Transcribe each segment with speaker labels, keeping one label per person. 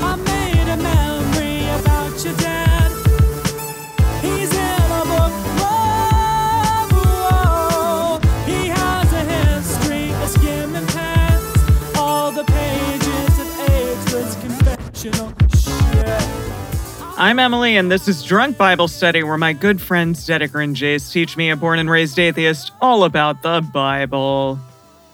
Speaker 1: I made a memory about your dad. He's in a book. Whoa, whoa. He has a history of skimming past all the pages of ageless confessional shit.
Speaker 2: I'm Emily, and this is Drunk Bible Study, where my good friends Dedeker and Jace teach me, a born and raised atheist, all about the Bible.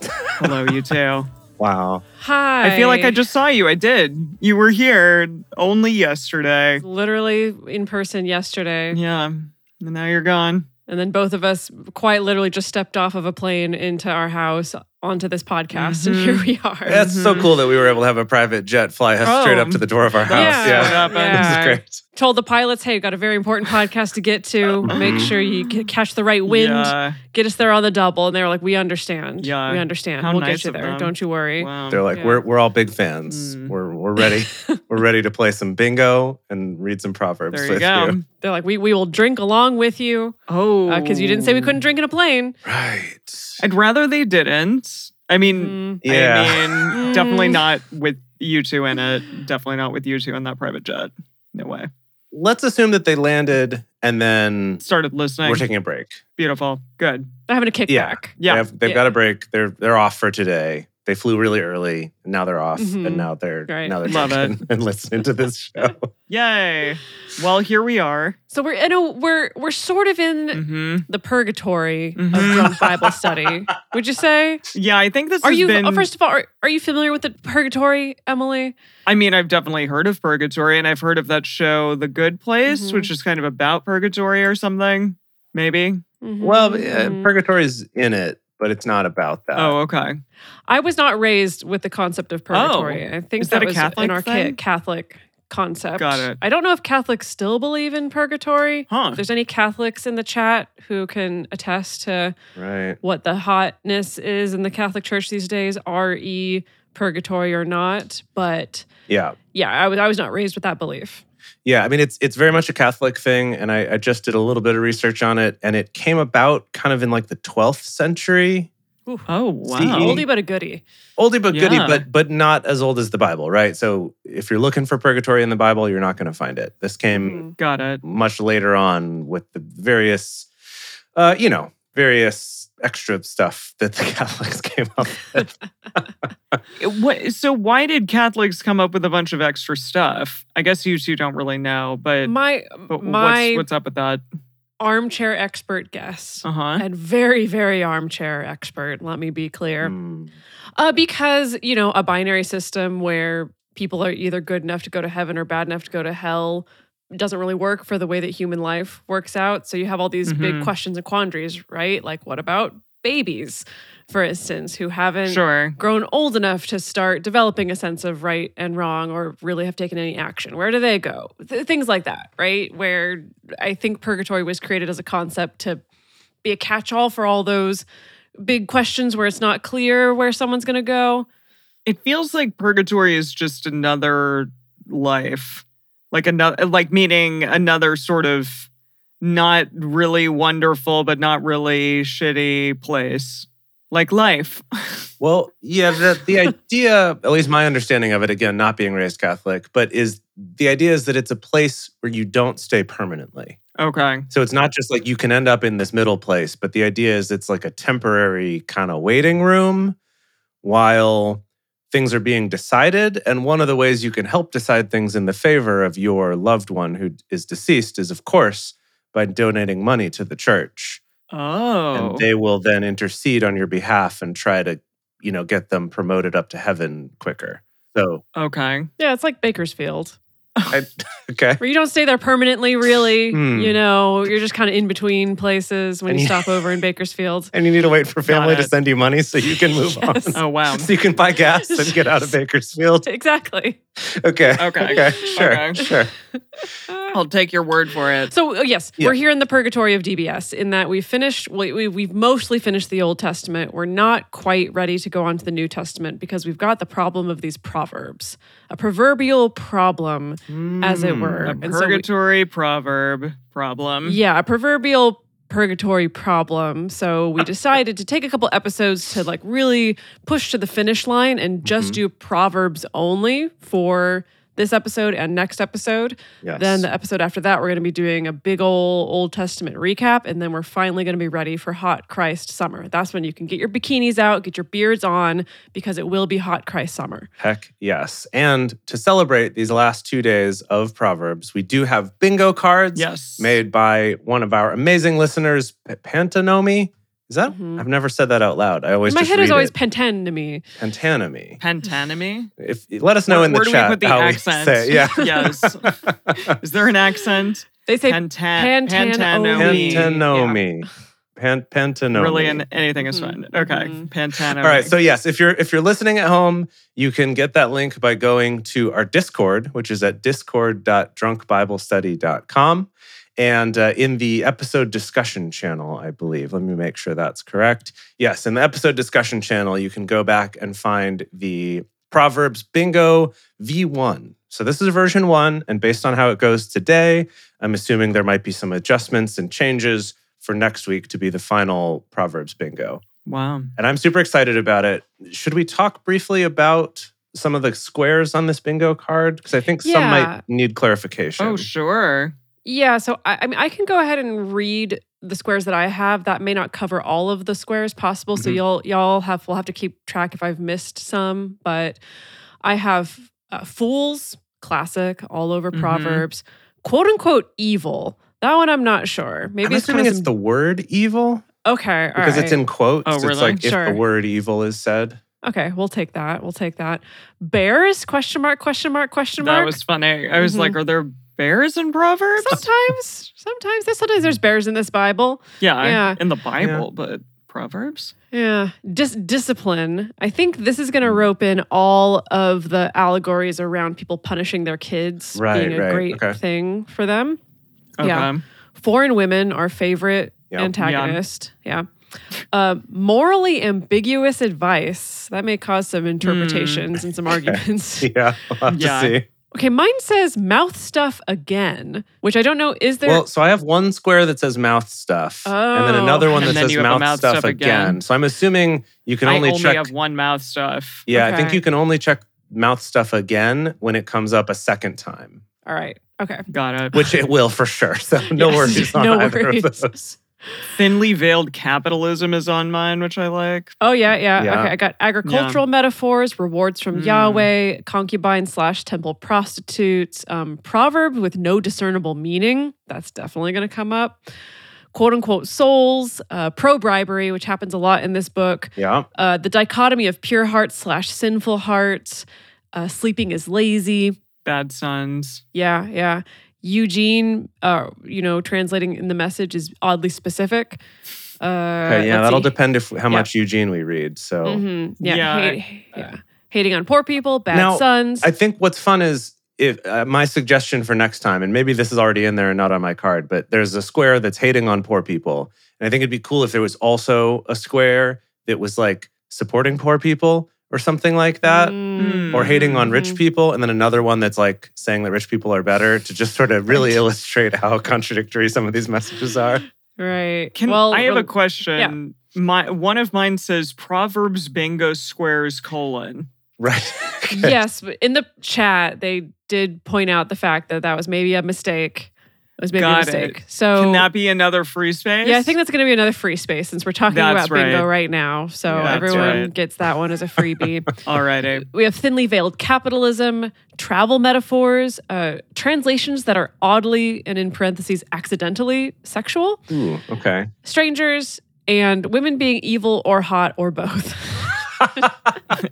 Speaker 2: Hello, you two.
Speaker 3: Wow.
Speaker 4: Hi.
Speaker 2: I feel like I just saw you. I did. You were here only yesterday.
Speaker 4: literally in person yesterday.
Speaker 2: Yeah. And now you're gone.
Speaker 4: And then both of us quite literally just stepped off of a plane into our house onto this podcast. And
Speaker 2: Mm-hmm.
Speaker 4: here we are.
Speaker 3: That's so cool that we were able to have a private jet fly us straight
Speaker 2: Oh.
Speaker 3: up to the door of our house.
Speaker 4: Yeah.
Speaker 2: Yeah.
Speaker 3: This is great.
Speaker 4: Told the pilots, hey, got a very important podcast to get to. Make sure you c- catch the right wind.
Speaker 2: Yeah.
Speaker 4: Get us there on the double. And they were like, we understand.
Speaker 2: Yeah.
Speaker 4: We understand.
Speaker 2: How
Speaker 4: we'll
Speaker 2: nice
Speaker 4: get you
Speaker 2: of
Speaker 4: there.
Speaker 2: them.
Speaker 4: Don't you worry.
Speaker 2: Wow.
Speaker 3: They're like,
Speaker 4: Yeah.
Speaker 3: we're, we're all big fans.
Speaker 2: Mm.
Speaker 3: We're, we're ready. we're ready to play some bingo and read some proverbs
Speaker 2: there you
Speaker 3: with
Speaker 2: go.
Speaker 3: you.
Speaker 4: They're like, we, we will drink along with you
Speaker 2: Oh.
Speaker 4: because Uh, you didn't say we couldn't drink in a plane.
Speaker 3: Right.
Speaker 2: I'd rather they didn't. I mean,
Speaker 4: Mm.
Speaker 3: Yeah.
Speaker 2: I mean,
Speaker 4: Mm.
Speaker 2: definitely not with you two in it. Definitely not with you two in that private jet. No way.
Speaker 3: Let's assume that they landed and then
Speaker 2: Started listening.
Speaker 3: we're taking a break.
Speaker 2: Beautiful. Good.
Speaker 4: They're having a kickback.
Speaker 3: Yeah.
Speaker 2: Yeah.
Speaker 3: They have, they've
Speaker 4: Yeah.
Speaker 3: got a break. They're they're off for today. They flew really early. And now they're off.
Speaker 4: Mhm.
Speaker 3: And now they're
Speaker 4: Right.
Speaker 3: now they're
Speaker 2: Mm-hmm. Love
Speaker 3: drinking and listening to this show.
Speaker 2: Yay. Well, here we are.
Speaker 4: So we're in a we're we're sort of in
Speaker 2: hmm
Speaker 4: the purgatory
Speaker 2: Mhm.
Speaker 4: of drunk Bible study. Would you say?
Speaker 2: Yeah, I think this
Speaker 4: Are
Speaker 2: has
Speaker 4: you
Speaker 2: been.
Speaker 4: oh, first of all? Are, are you familiar with the purgatory, Emily?
Speaker 2: I mean, I've definitely heard of Purgatory, and I've heard of that show, The Good Place,
Speaker 4: Mhm.
Speaker 2: which is kind of about purgatory or something. Maybe.
Speaker 3: Well, uh,
Speaker 4: Mhm.
Speaker 3: purgatory is in it, but it's not about that.
Speaker 2: Mm-hmm. oh, okay.
Speaker 4: I was not raised with the concept of purgatory. I think
Speaker 2: Oh. Is that a
Speaker 4: was
Speaker 2: Catholic
Speaker 4: an archaic
Speaker 2: thing?
Speaker 4: Catholic concept.
Speaker 2: Got it.
Speaker 4: I don't know if Catholics still believe in purgatory.
Speaker 2: Huh.
Speaker 4: If there's any Catholics in the chat who can attest to
Speaker 3: right.
Speaker 4: what the hotness is in the Catholic Church these days, re purgatory or not, but
Speaker 3: Yeah.
Speaker 4: yeah, I was I was not raised with that belief.
Speaker 3: Yeah, I mean it's it's very much a Catholic thing, and I, I just did a little bit of research on it, and it came about kind of in like the 12th century,
Speaker 2: Oh, wow.
Speaker 3: See?
Speaker 4: Oldie but a goodie.
Speaker 3: oldie but goodie,
Speaker 2: Yeah.
Speaker 3: but but not as old as the Bible, right? So if you're looking for purgatory in the Bible, you're not going to find it. This
Speaker 4: Mm.
Speaker 3: came
Speaker 2: Got it.
Speaker 3: much later on with the various, uh, you know, various extra stuff that the Catholics came up with.
Speaker 2: It- What, so, why did Catholics come up with a bunch of extra stuff? I guess you two don't really know, but,
Speaker 4: my
Speaker 2: but
Speaker 4: my
Speaker 2: what's, what's up with that?
Speaker 4: armchair expert guess
Speaker 2: Uh huh.
Speaker 4: and very very armchair expert let me be clear
Speaker 3: Mm,
Speaker 4: uh, because you know a binary system where people are either good enough to go to heaven or bad enough to go to hell doesn't really work for the way that human life works out so you have all these
Speaker 2: Mhm.
Speaker 4: big questions and quandaries right like what about babies for instance who haven't
Speaker 2: Sure.
Speaker 4: grown old enough to start developing a sense of right and wrong or really have taken any action? Where do they go? Th- things like that, right? Where I think purgatory was created as a concept to be a catch all for all those big questions where it's not clear where someone's going to go.
Speaker 2: it feels like purgatory is just another life like another like meaning another sort of not really wonderful but not really shitty place like life
Speaker 3: Well, yeah, the, the idea, at least my understanding of it, again, not being raised Catholic, but is the idea is that it's a place where you don't stay permanently.
Speaker 2: okay
Speaker 3: So it's not just like you can end up in this middle place, but the idea is it's like a temporary kind of waiting room while things are being decided. And one of the ways you can help decide things in the favor of your loved one who is deceased is, of course, by donating money to the church
Speaker 2: oh
Speaker 3: and they will then intercede on your behalf and try to you know get them promoted up to heaven quicker so
Speaker 2: okay
Speaker 4: Yeah, it's like Bakersfield,
Speaker 3: I, okay
Speaker 4: where you don't stay there permanently, really.
Speaker 3: Hmm.
Speaker 4: You know, you're just kind of in between places when
Speaker 3: And
Speaker 4: you
Speaker 3: you-
Speaker 4: stop over in Bakersfield.
Speaker 3: and you need to wait for family to
Speaker 2: it.
Speaker 3: send you money so you can move
Speaker 4: Yes.
Speaker 3: on
Speaker 2: oh wow
Speaker 3: so you can buy gas and get out of bakersfield
Speaker 4: Exactly.
Speaker 3: okay
Speaker 2: Okay.
Speaker 3: okay sure
Speaker 2: Okay.
Speaker 3: sure
Speaker 2: I'll take your word for it.
Speaker 4: So uh, yes,
Speaker 3: Yeah.
Speaker 4: we're here in the purgatory of DBS in that we finished we, we we've mostly finished the Old Testament. We're not quite ready to go on to the New Testament because we've got the problem of these proverbs. A proverbial problem as it
Speaker 3: Hmm.
Speaker 4: were.
Speaker 2: A
Speaker 4: And so we-
Speaker 2: purgatory proverb problem.
Speaker 4: yeah, a proverbial purgatory problem. So we decided to take a couple episodes to like really push to the finish line and just do proverbs only for this episode and next episode.
Speaker 3: Yes.
Speaker 4: Then the episode after that, we're going to be doing a big old Old Testament recap, and then we're finally going to be ready for hot Christ summer. That's when you can get your bikinis out, get your beards on, because it will be hot Christ summer.
Speaker 3: Heck yes. And to celebrate these last two days of Proverbs, we do have bingo cards
Speaker 2: Yes.
Speaker 3: made by one of our amazing listeners, P- Pantanomi. Is that?
Speaker 4: Mhm.
Speaker 3: I've never said that out loud. I always
Speaker 4: My
Speaker 3: just
Speaker 4: head
Speaker 3: read
Speaker 4: is always
Speaker 3: it.
Speaker 4: penten to me.
Speaker 3: Pantanomy.
Speaker 2: Pantanomy?
Speaker 3: If let us know
Speaker 2: Where-
Speaker 3: in the
Speaker 2: where do we
Speaker 3: chat
Speaker 2: put the
Speaker 3: how
Speaker 2: accent?
Speaker 3: we say. it. Yeah.
Speaker 2: Yes. Is there an accent?
Speaker 4: They say
Speaker 2: Pantan-
Speaker 4: Pantanomy.
Speaker 3: Pantanomy. Pan- Pantanomy.
Speaker 2: Really, an- anything is fine.
Speaker 4: Mhm,
Speaker 2: Okay.
Speaker 4: mhm.
Speaker 2: Pantanomy.
Speaker 3: All right. So yes, if you're if you're listening at home, you can get that link by going to our Discord, which is at discord.drunkbiblestudy.com. And uh, in the episode discussion channel, I believe. Let me make sure that's correct. Yes, in the episode discussion channel, you can go back and find the Proverbs Bingo V1. So this is version one, and based on how it goes today, I'm assuming there might be some adjustments and changes for next week to be the final Proverbs Bingo
Speaker 2: wow.
Speaker 3: and I'm super excited about it. Should we talk briefly about some of the squares on this bingo card? Because I think some
Speaker 4: Yeah.
Speaker 3: might need clarification.
Speaker 2: Oh, sure.
Speaker 4: Yeah, so I, I mean, I can go ahead and read the squares that I have. That may not cover all of the squares possible, so
Speaker 3: Mhm.
Speaker 4: y'all y'all have will have to keep track if I've missed some. But I have uh, fools, classic, all over
Speaker 2: Mhm.
Speaker 4: proverbs, quote unquote evil. That one I'm not sure. Maybe
Speaker 3: I'm
Speaker 4: it's kind
Speaker 3: assuming
Speaker 4: of
Speaker 3: it's
Speaker 4: some-
Speaker 3: the word evil
Speaker 4: okay all
Speaker 3: because it's
Speaker 4: right.
Speaker 3: in quotes.
Speaker 2: Oh,
Speaker 3: It's
Speaker 2: really?
Speaker 3: like if
Speaker 4: Sure.
Speaker 3: the word evil is said.
Speaker 4: okay. We'll take that. We'll take that. Bears? Question mark? Question mark? Question mark?
Speaker 2: That was funny. I was
Speaker 4: Mhm.
Speaker 2: like, are there bears in Proverbs?
Speaker 4: sometimes, sometimes. There's sometimes there's bears in this Bible.
Speaker 2: yeah,
Speaker 4: Yeah.
Speaker 2: In the Bible, but Proverbs?
Speaker 4: Yeah, Dis- discipline. I think this is going to
Speaker 3: Mm.
Speaker 4: rope in all of the allegories around people punishing their kids
Speaker 3: Right,
Speaker 4: being a
Speaker 3: right,
Speaker 4: great
Speaker 3: okay.
Speaker 4: thing for them.
Speaker 2: Okay.
Speaker 4: Yeah. Foreign women, our favorite
Speaker 3: Yep.
Speaker 4: antagonist. Yeah. Uh, morally ambiguous advice that may cause some interpretations and
Speaker 3: Hmm.
Speaker 4: some arguments.
Speaker 3: Yeah, we'll have
Speaker 2: Yeah.
Speaker 3: to see.
Speaker 4: okay, mine says mouth stuff again, which I don't know. Is there?
Speaker 3: Well, so I have one square that says mouth stuff, and then
Speaker 4: Oh.
Speaker 3: another one
Speaker 2: And
Speaker 3: that
Speaker 2: then
Speaker 3: says
Speaker 2: you have a
Speaker 3: mouth,
Speaker 2: mouth
Speaker 3: stuff,
Speaker 2: stuff
Speaker 3: again.
Speaker 2: again.
Speaker 3: So I'm assuming you can
Speaker 2: I
Speaker 3: only
Speaker 2: only
Speaker 3: check.
Speaker 2: have one mouth stuff.
Speaker 3: yeah, I think
Speaker 4: Okay.
Speaker 3: you can only check mouth stuff again when it comes up a second time.
Speaker 4: all right. Okay.
Speaker 2: Got it.
Speaker 3: which it will for sure. So no
Speaker 4: Yes,
Speaker 3: worries on
Speaker 4: no
Speaker 3: either
Speaker 4: worries.
Speaker 3: of those.
Speaker 2: Thinly veiled capitalism is on mine, which I like.
Speaker 4: Oh yeah, yeah.
Speaker 3: Yeah. Hmm.
Speaker 4: Okay, I got agricultural metaphors, rewards from
Speaker 2: Mm.
Speaker 4: Yahweh, concubine slash temple prostitutes, um, proverb with no discernible meaning. That's definitely going to come up. "Quote unquote souls," uh, pro bribery, which happens a lot in this book.
Speaker 3: Yeah.
Speaker 4: Uh, the dichotomy of pure heart slash sinful heart. Uh, sleeping is lazy.
Speaker 2: Bad sons.
Speaker 4: Yeah, yeah. Eugene, uh, you know, translating in the message is oddly specific. Uh,
Speaker 3: Okay. Yeah.
Speaker 4: let's
Speaker 3: That'll
Speaker 4: see.
Speaker 3: depend if how much Eugene we read. So
Speaker 4: Mhm. Yeah.
Speaker 2: Yeah,
Speaker 4: hate- yeah. Hating on poor people, bad
Speaker 3: Now,
Speaker 4: sons.
Speaker 3: I think what's fun is if uh, my suggestion for next time, and maybe this is already in there and not on my card, but there's a square that's hating on poor people, and I think it'd be cool if there was also a square that was like supporting poor people or something like that.
Speaker 4: Mm.
Speaker 3: Or hating on rich
Speaker 4: Mhm.
Speaker 3: people, and then another one that's like saying that rich people are better to just sort of really
Speaker 2: Right.
Speaker 3: illustrate how contradictory some of these messages are.
Speaker 4: Right.
Speaker 2: Can
Speaker 4: well,
Speaker 2: I have a
Speaker 4: well,
Speaker 2: question? My one of mine says Proverbs bingo squares colon.
Speaker 3: Right.
Speaker 4: yes, but in the chat they did point out the fact that that was maybe a mistake. It was maybe
Speaker 2: Got
Speaker 4: a
Speaker 2: it.
Speaker 4: mistake. So
Speaker 2: Can that be another free space?
Speaker 4: Oh. yeah, I think that's going to be another free space since we're talking
Speaker 2: That's
Speaker 4: about bingo
Speaker 2: right.
Speaker 4: right, now. So
Speaker 3: Yeah, that's
Speaker 4: everyone
Speaker 2: right.
Speaker 4: gets that one as a freebie.
Speaker 2: Alrighty.
Speaker 4: we have thinly veiled capitalism, travel metaphors, uh, translations that are oddly and in parentheses accidentally sexual.
Speaker 3: Ooh, okay.
Speaker 4: strangers and women being evil or hot or both.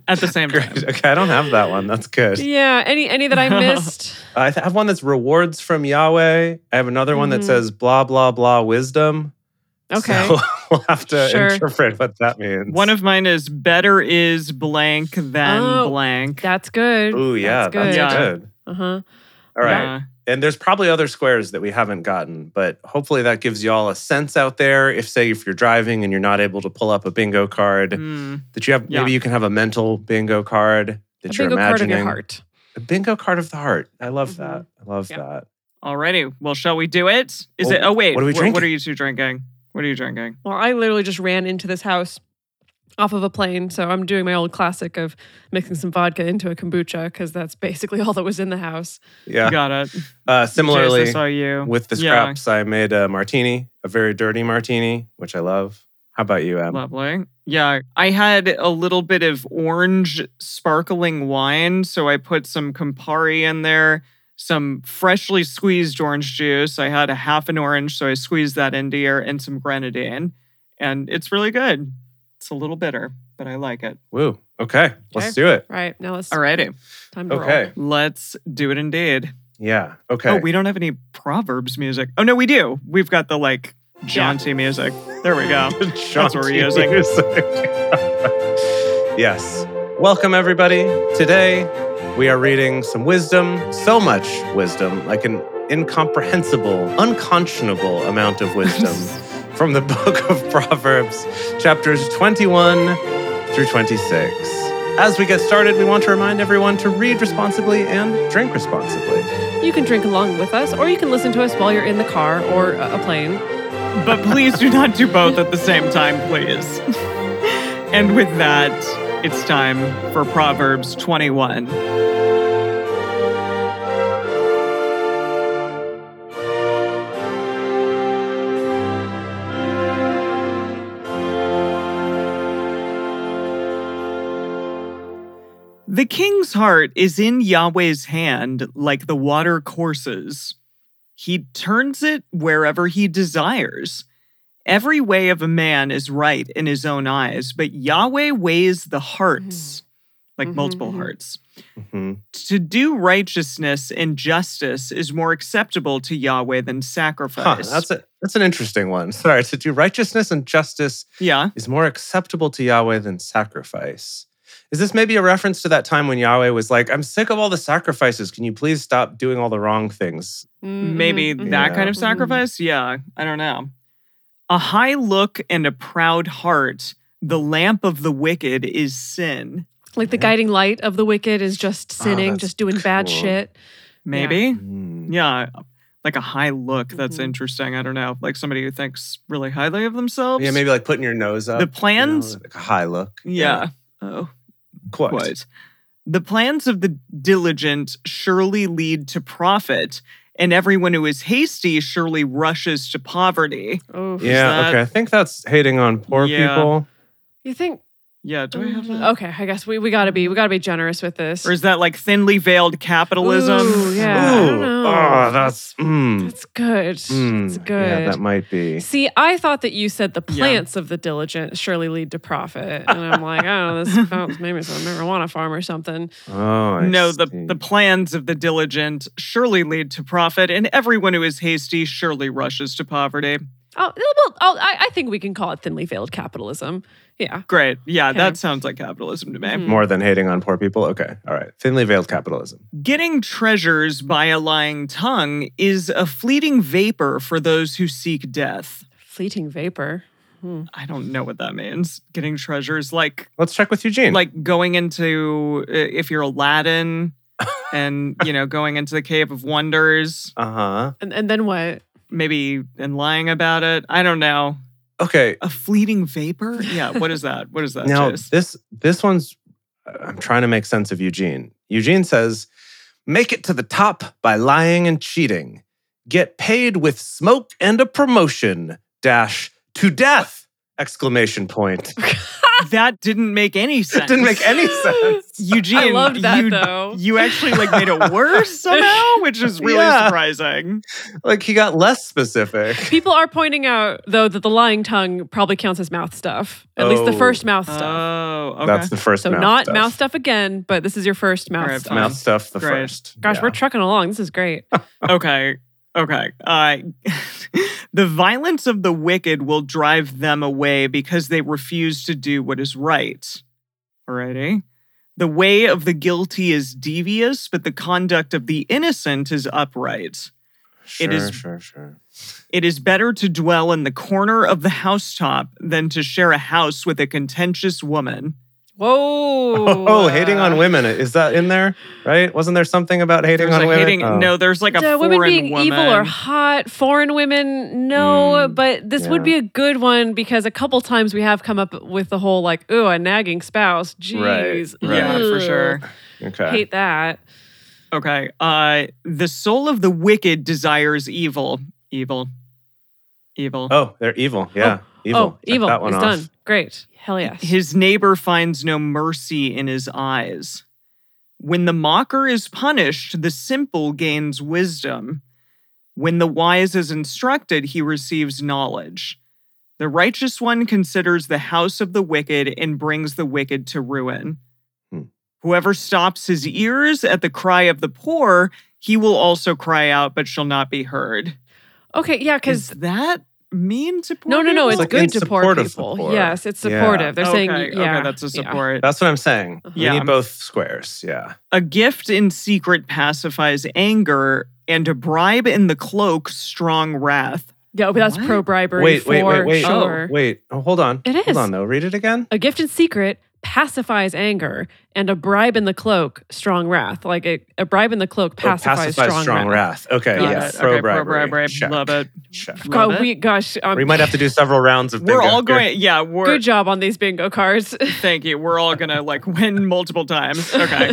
Speaker 2: At the same time.
Speaker 3: Great. Okay, I don't have that one. That's good.
Speaker 4: yeah, any any that I missed.
Speaker 3: I th- have one that's rewards from Yahweh. I have another one that
Speaker 4: Mhm.
Speaker 3: says blah blah blah wisdom.
Speaker 4: Okay.
Speaker 3: So we'll have to
Speaker 4: Sure.
Speaker 3: interpret what that means.
Speaker 2: One of mine is better is blank than
Speaker 4: Oh,
Speaker 2: blank.
Speaker 4: That's good.
Speaker 3: Ooh, yeah,
Speaker 4: That's
Speaker 3: that's
Speaker 4: good.
Speaker 3: good.
Speaker 2: Yeah.
Speaker 4: Uh-huh.
Speaker 3: All right.
Speaker 2: Yeah.
Speaker 3: And there's probably other squares that we haven't gotten, but hopefully that gives y'all a sense out there. If, say, if you're driving and you're not able to pull up a bingo card,
Speaker 4: Mm-hmm.
Speaker 2: Mm.
Speaker 3: that you have,
Speaker 2: Yeah.
Speaker 3: maybe you can have a mental bingo card that
Speaker 4: a
Speaker 3: you're
Speaker 4: bingo card of
Speaker 3: imagining.
Speaker 4: your heart.
Speaker 3: A bingo card of the heart. I love
Speaker 4: Mhm.
Speaker 3: that. I love
Speaker 4: Yeah.
Speaker 3: that.
Speaker 2: Hmm. Alrighty. Well, shall we do it? Is
Speaker 3: Well,
Speaker 2: it? Oh wait.
Speaker 3: what are we
Speaker 2: wh- what
Speaker 3: drinking?
Speaker 2: are you two drinking? What are you drinking?
Speaker 4: Well, I literally just ran into this house off of a plane. So I'm doing my old classic of mixing some vodka into a kombucha because that's basically all that was in the house.
Speaker 3: Yeah.
Speaker 2: Got it.
Speaker 3: Uh, similarly,
Speaker 2: Jace, I saw you.
Speaker 3: with the
Speaker 2: Yeah.
Speaker 3: scraps, I made a martini, a very dirty martini, which I love. How about you, Em?
Speaker 2: Lovely. Yeah, I had a little bit of orange sparkling wine, so I put some Campari in there, some freshly squeezed orange juice. I had a half an orange, so I squeezed that into here, and some grenadine, and it's really good. It's a little bitter, but I like it.
Speaker 3: Woo. Okay, Let's do it.
Speaker 4: Right now, it's
Speaker 2: Alrighty,
Speaker 4: time to roll.
Speaker 3: Okay.
Speaker 2: let's do it indeed.
Speaker 3: Yeah. Okay.
Speaker 2: Oh, we don't have any proverbs music. Oh no, we do. We've got the like jaunty music. There we go. That's what we're using.
Speaker 3: yes. Welcome, everybody. Today, we are reading some wisdom, so much wisdom, like an incomprehensible, unconscionable amount of wisdom from the book of Proverbs, chapters 21 through 26. As we get started, we want to remind everyone to read responsibly and drink responsibly.
Speaker 4: You can drink along with us, or you can listen to us while you're in the car or a a plane.
Speaker 2: but please do not do both at the same time, please. and with that, it's time for Proverbs 21. The king's heart is in Yahweh's hand like the water courses. He turns it wherever he desires. Every way of a man is right in his own eyes, but Yahweh weighs the hearts, like
Speaker 4: Mhm,
Speaker 2: multiple
Speaker 4: mhm.
Speaker 2: hearts.
Speaker 3: Mhm.
Speaker 2: To do righteousness and justice is more acceptable to Yahweh than
Speaker 3: Huh,
Speaker 2: sacrifice.
Speaker 3: that's, a, that's an interesting one. Sorry, to do righteousness and justice
Speaker 2: yeah.
Speaker 3: is more acceptable to Yahweh than sacrifice. Is this maybe a reference to that time when Yahweh was like, I'm sick of all the sacrifices. Can you please stop doing all the wrong things?
Speaker 2: Maybe
Speaker 4: Mhm.
Speaker 2: that kind
Speaker 3: Yeah.
Speaker 2: of sacrifice? Yeah, I don't know. A high look and a proud heart, the lamp of the wicked is sin.
Speaker 4: Like the guiding light of the wicked is just
Speaker 3: Oh,
Speaker 4: sinning,
Speaker 3: that's
Speaker 4: just doing bad
Speaker 3: cool.
Speaker 4: shit.
Speaker 2: Maybe?
Speaker 3: Hmm.
Speaker 2: Yeah, like a high look. That's
Speaker 4: Mhm.
Speaker 2: interesting. I don't know. Like somebody who thinks really highly of themselves.
Speaker 3: Yeah, maybe like putting your nose up.
Speaker 2: The
Speaker 3: you know,
Speaker 2: plans-
Speaker 3: like a high look.
Speaker 2: Yeah. Oh,
Speaker 3: Quote.
Speaker 2: quote. The plans of the diligent surely lead to profit, and everyone who is hasty surely rushes to poverty.
Speaker 4: Oh,
Speaker 3: Yeah,
Speaker 2: that-
Speaker 3: okay. I think that's hating on poor
Speaker 2: Yeah.
Speaker 3: people.
Speaker 4: You think? mm,
Speaker 2: Yeah, do I have that?
Speaker 4: Okay, I guess we, we gotta be we gotta be generous with this.
Speaker 2: Or is that like thinly veiled capitalism?
Speaker 4: Ooh, yeah. I don't
Speaker 3: Ooh,
Speaker 4: know.
Speaker 3: Oh, that's mm,
Speaker 4: That's good.
Speaker 3: mm.
Speaker 4: That's good.
Speaker 3: Yeah, that might be.
Speaker 4: See, I thought that you said the
Speaker 2: Yeah.
Speaker 4: plants of the diligent surely lead to profit, and I'm like, oh, this sounds maybe it's a marijuana farm or something.
Speaker 3: Oh, I
Speaker 2: no, the,
Speaker 3: see.
Speaker 2: the plans of the diligent surely lead to profit, and everyone who is hasty surely rushes to poverty.
Speaker 4: Oh, well, I'll, I, I think we can call it thinly veiled capitalism. Yeah,
Speaker 2: Great. Yeah,
Speaker 4: Okay.
Speaker 2: that sounds like capitalism to me.
Speaker 4: Mhm.
Speaker 3: more than hating on poor people. Okay, all right. Thinly veiled capitalism.
Speaker 2: Getting treasures by a lying tongue is a fleeting vapor for those who seek death.
Speaker 4: fleeting vapor. Hmm.
Speaker 2: I don't know what that means. Getting treasures like
Speaker 3: Let's check with Eugene.
Speaker 2: like going into uh, if you're Aladdin and you know going into the cave of wonders,
Speaker 3: uh huh.
Speaker 4: And and then what?
Speaker 2: maybe and lying about it. I don't know.
Speaker 3: Okay,
Speaker 2: A fleeting vapor? Yeah, what is that? What is that?
Speaker 3: now
Speaker 2: Jace?
Speaker 3: this this one's i'm trying to make sense of eugene eugene says make it to the top by lying and cheating get paid with smoke and a promotion dash to death exclamation point
Speaker 2: that didn't make any sense.
Speaker 3: it didn't make any sense
Speaker 2: Eugene,
Speaker 4: I loved that
Speaker 2: you,
Speaker 4: though.
Speaker 2: you actually like made it worse somehow, which is really
Speaker 3: Yeah.
Speaker 2: surprising.
Speaker 3: like he got less specific
Speaker 4: People are pointing out though that the lying tongue probably counts as mouth stuff. At least the
Speaker 3: Oh.
Speaker 4: first mouth stuff.
Speaker 2: Oh, okay.
Speaker 3: that's the first
Speaker 4: so
Speaker 3: mouth
Speaker 4: not
Speaker 3: stuff.
Speaker 4: mouth stuff again, but this is your first mouth
Speaker 2: All right,
Speaker 4: stuff.
Speaker 2: fine.
Speaker 3: mouth stuff the
Speaker 2: Great.
Speaker 3: first
Speaker 4: Gosh,
Speaker 3: Yeah.
Speaker 4: we're trucking along. This is great.
Speaker 2: okay. Okay. Uh, the violence of the wicked will drive them away because they refuse to do what is right. Alrighty. The way of the guilty is devious, but the conduct of the innocent is upright.
Speaker 3: Sure,
Speaker 2: It is-
Speaker 3: sure, sure.
Speaker 2: It is better to dwell in the corner of the housetop than to share a house with a contentious woman.
Speaker 4: Whoa.
Speaker 3: Oh, hating on women is that in there? Right? Wasn't there something about hating
Speaker 2: uh, There's
Speaker 3: on
Speaker 2: a
Speaker 3: women?
Speaker 2: hating.
Speaker 3: Oh.
Speaker 2: No, there's like a
Speaker 4: The
Speaker 2: foreign
Speaker 4: women being
Speaker 2: woman.
Speaker 4: evil or hot, foreign women, no,
Speaker 3: Mm,
Speaker 4: but this would
Speaker 3: yeah.
Speaker 4: be a good one because a couple times we have come up with the whole like, ooh, a nagging spouse. Jeez.
Speaker 3: right.
Speaker 2: Yeah, for
Speaker 4: Ugh.
Speaker 2: sure.
Speaker 3: Okay.
Speaker 4: Hate that.
Speaker 2: Okay. Uh, the soul of the wicked desires evil. Evil. Evil.
Speaker 3: Oh, they're evil. Yeah, evil.
Speaker 4: Oh,
Speaker 3: Check
Speaker 4: evil.
Speaker 3: That one
Speaker 4: He's
Speaker 3: off.
Speaker 4: done. Great. Hell yes.
Speaker 2: His neighbor finds no mercy in his eyes. When the mocker is punished, the simple gains wisdom. When the wise is instructed, he receives knowledge. The righteous one considers the house of the wicked and brings the wicked to ruin.
Speaker 3: Hmm.
Speaker 2: Whoever stops his ears at the cry of the poor, he will also cry out, but shall not be heard.
Speaker 4: okay, yeah,
Speaker 2: Is
Speaker 4: because
Speaker 2: that mean to poor
Speaker 4: no, no, no.
Speaker 2: people?
Speaker 4: It's
Speaker 3: like in
Speaker 4: good to poor
Speaker 3: support of
Speaker 4: people.
Speaker 3: support.
Speaker 4: Yes, it's
Speaker 3: Yeah.
Speaker 4: supportive. They're saying,
Speaker 2: okay,
Speaker 4: yeah,
Speaker 2: okay, that's a
Speaker 4: yeah.
Speaker 2: support.
Speaker 3: That's what I'm saying.
Speaker 4: Uh-huh.
Speaker 2: Yeah.
Speaker 3: We need both squares. Yeah.
Speaker 2: A gift in secret pacifies anger, and a bribe in the cloak strong wrath.
Speaker 4: Yeah, oh, but that's
Speaker 2: What?
Speaker 4: pro bribery.
Speaker 3: Wait,
Speaker 4: for
Speaker 3: wait, wait, wait.
Speaker 4: Sure.
Speaker 3: Oh, wait. Oh, hold on.
Speaker 4: It is.
Speaker 3: Hold on though. Read it again.
Speaker 4: A gift in secret pacifies anger, and a bribe in the cloak, strong wrath. Like a, a bribe in the cloak
Speaker 3: Oh,
Speaker 4: pacifies, strong, wrath.
Speaker 3: wrath. Okay.
Speaker 4: Got
Speaker 3: yeah.
Speaker 4: it.
Speaker 3: Pro
Speaker 2: okay,
Speaker 3: bribery.
Speaker 2: pro bribery.
Speaker 3: Check.
Speaker 2: Love it.
Speaker 3: Check.
Speaker 2: Love
Speaker 4: God,
Speaker 2: it.
Speaker 4: we, gosh, um,
Speaker 3: We might have to do several rounds of.
Speaker 2: We're
Speaker 3: bingo
Speaker 2: all
Speaker 3: here.
Speaker 2: going. Yeah, we're.
Speaker 4: Good job on these bingo cards.
Speaker 2: Thank you. We're all gonna like win multiple times. Okay.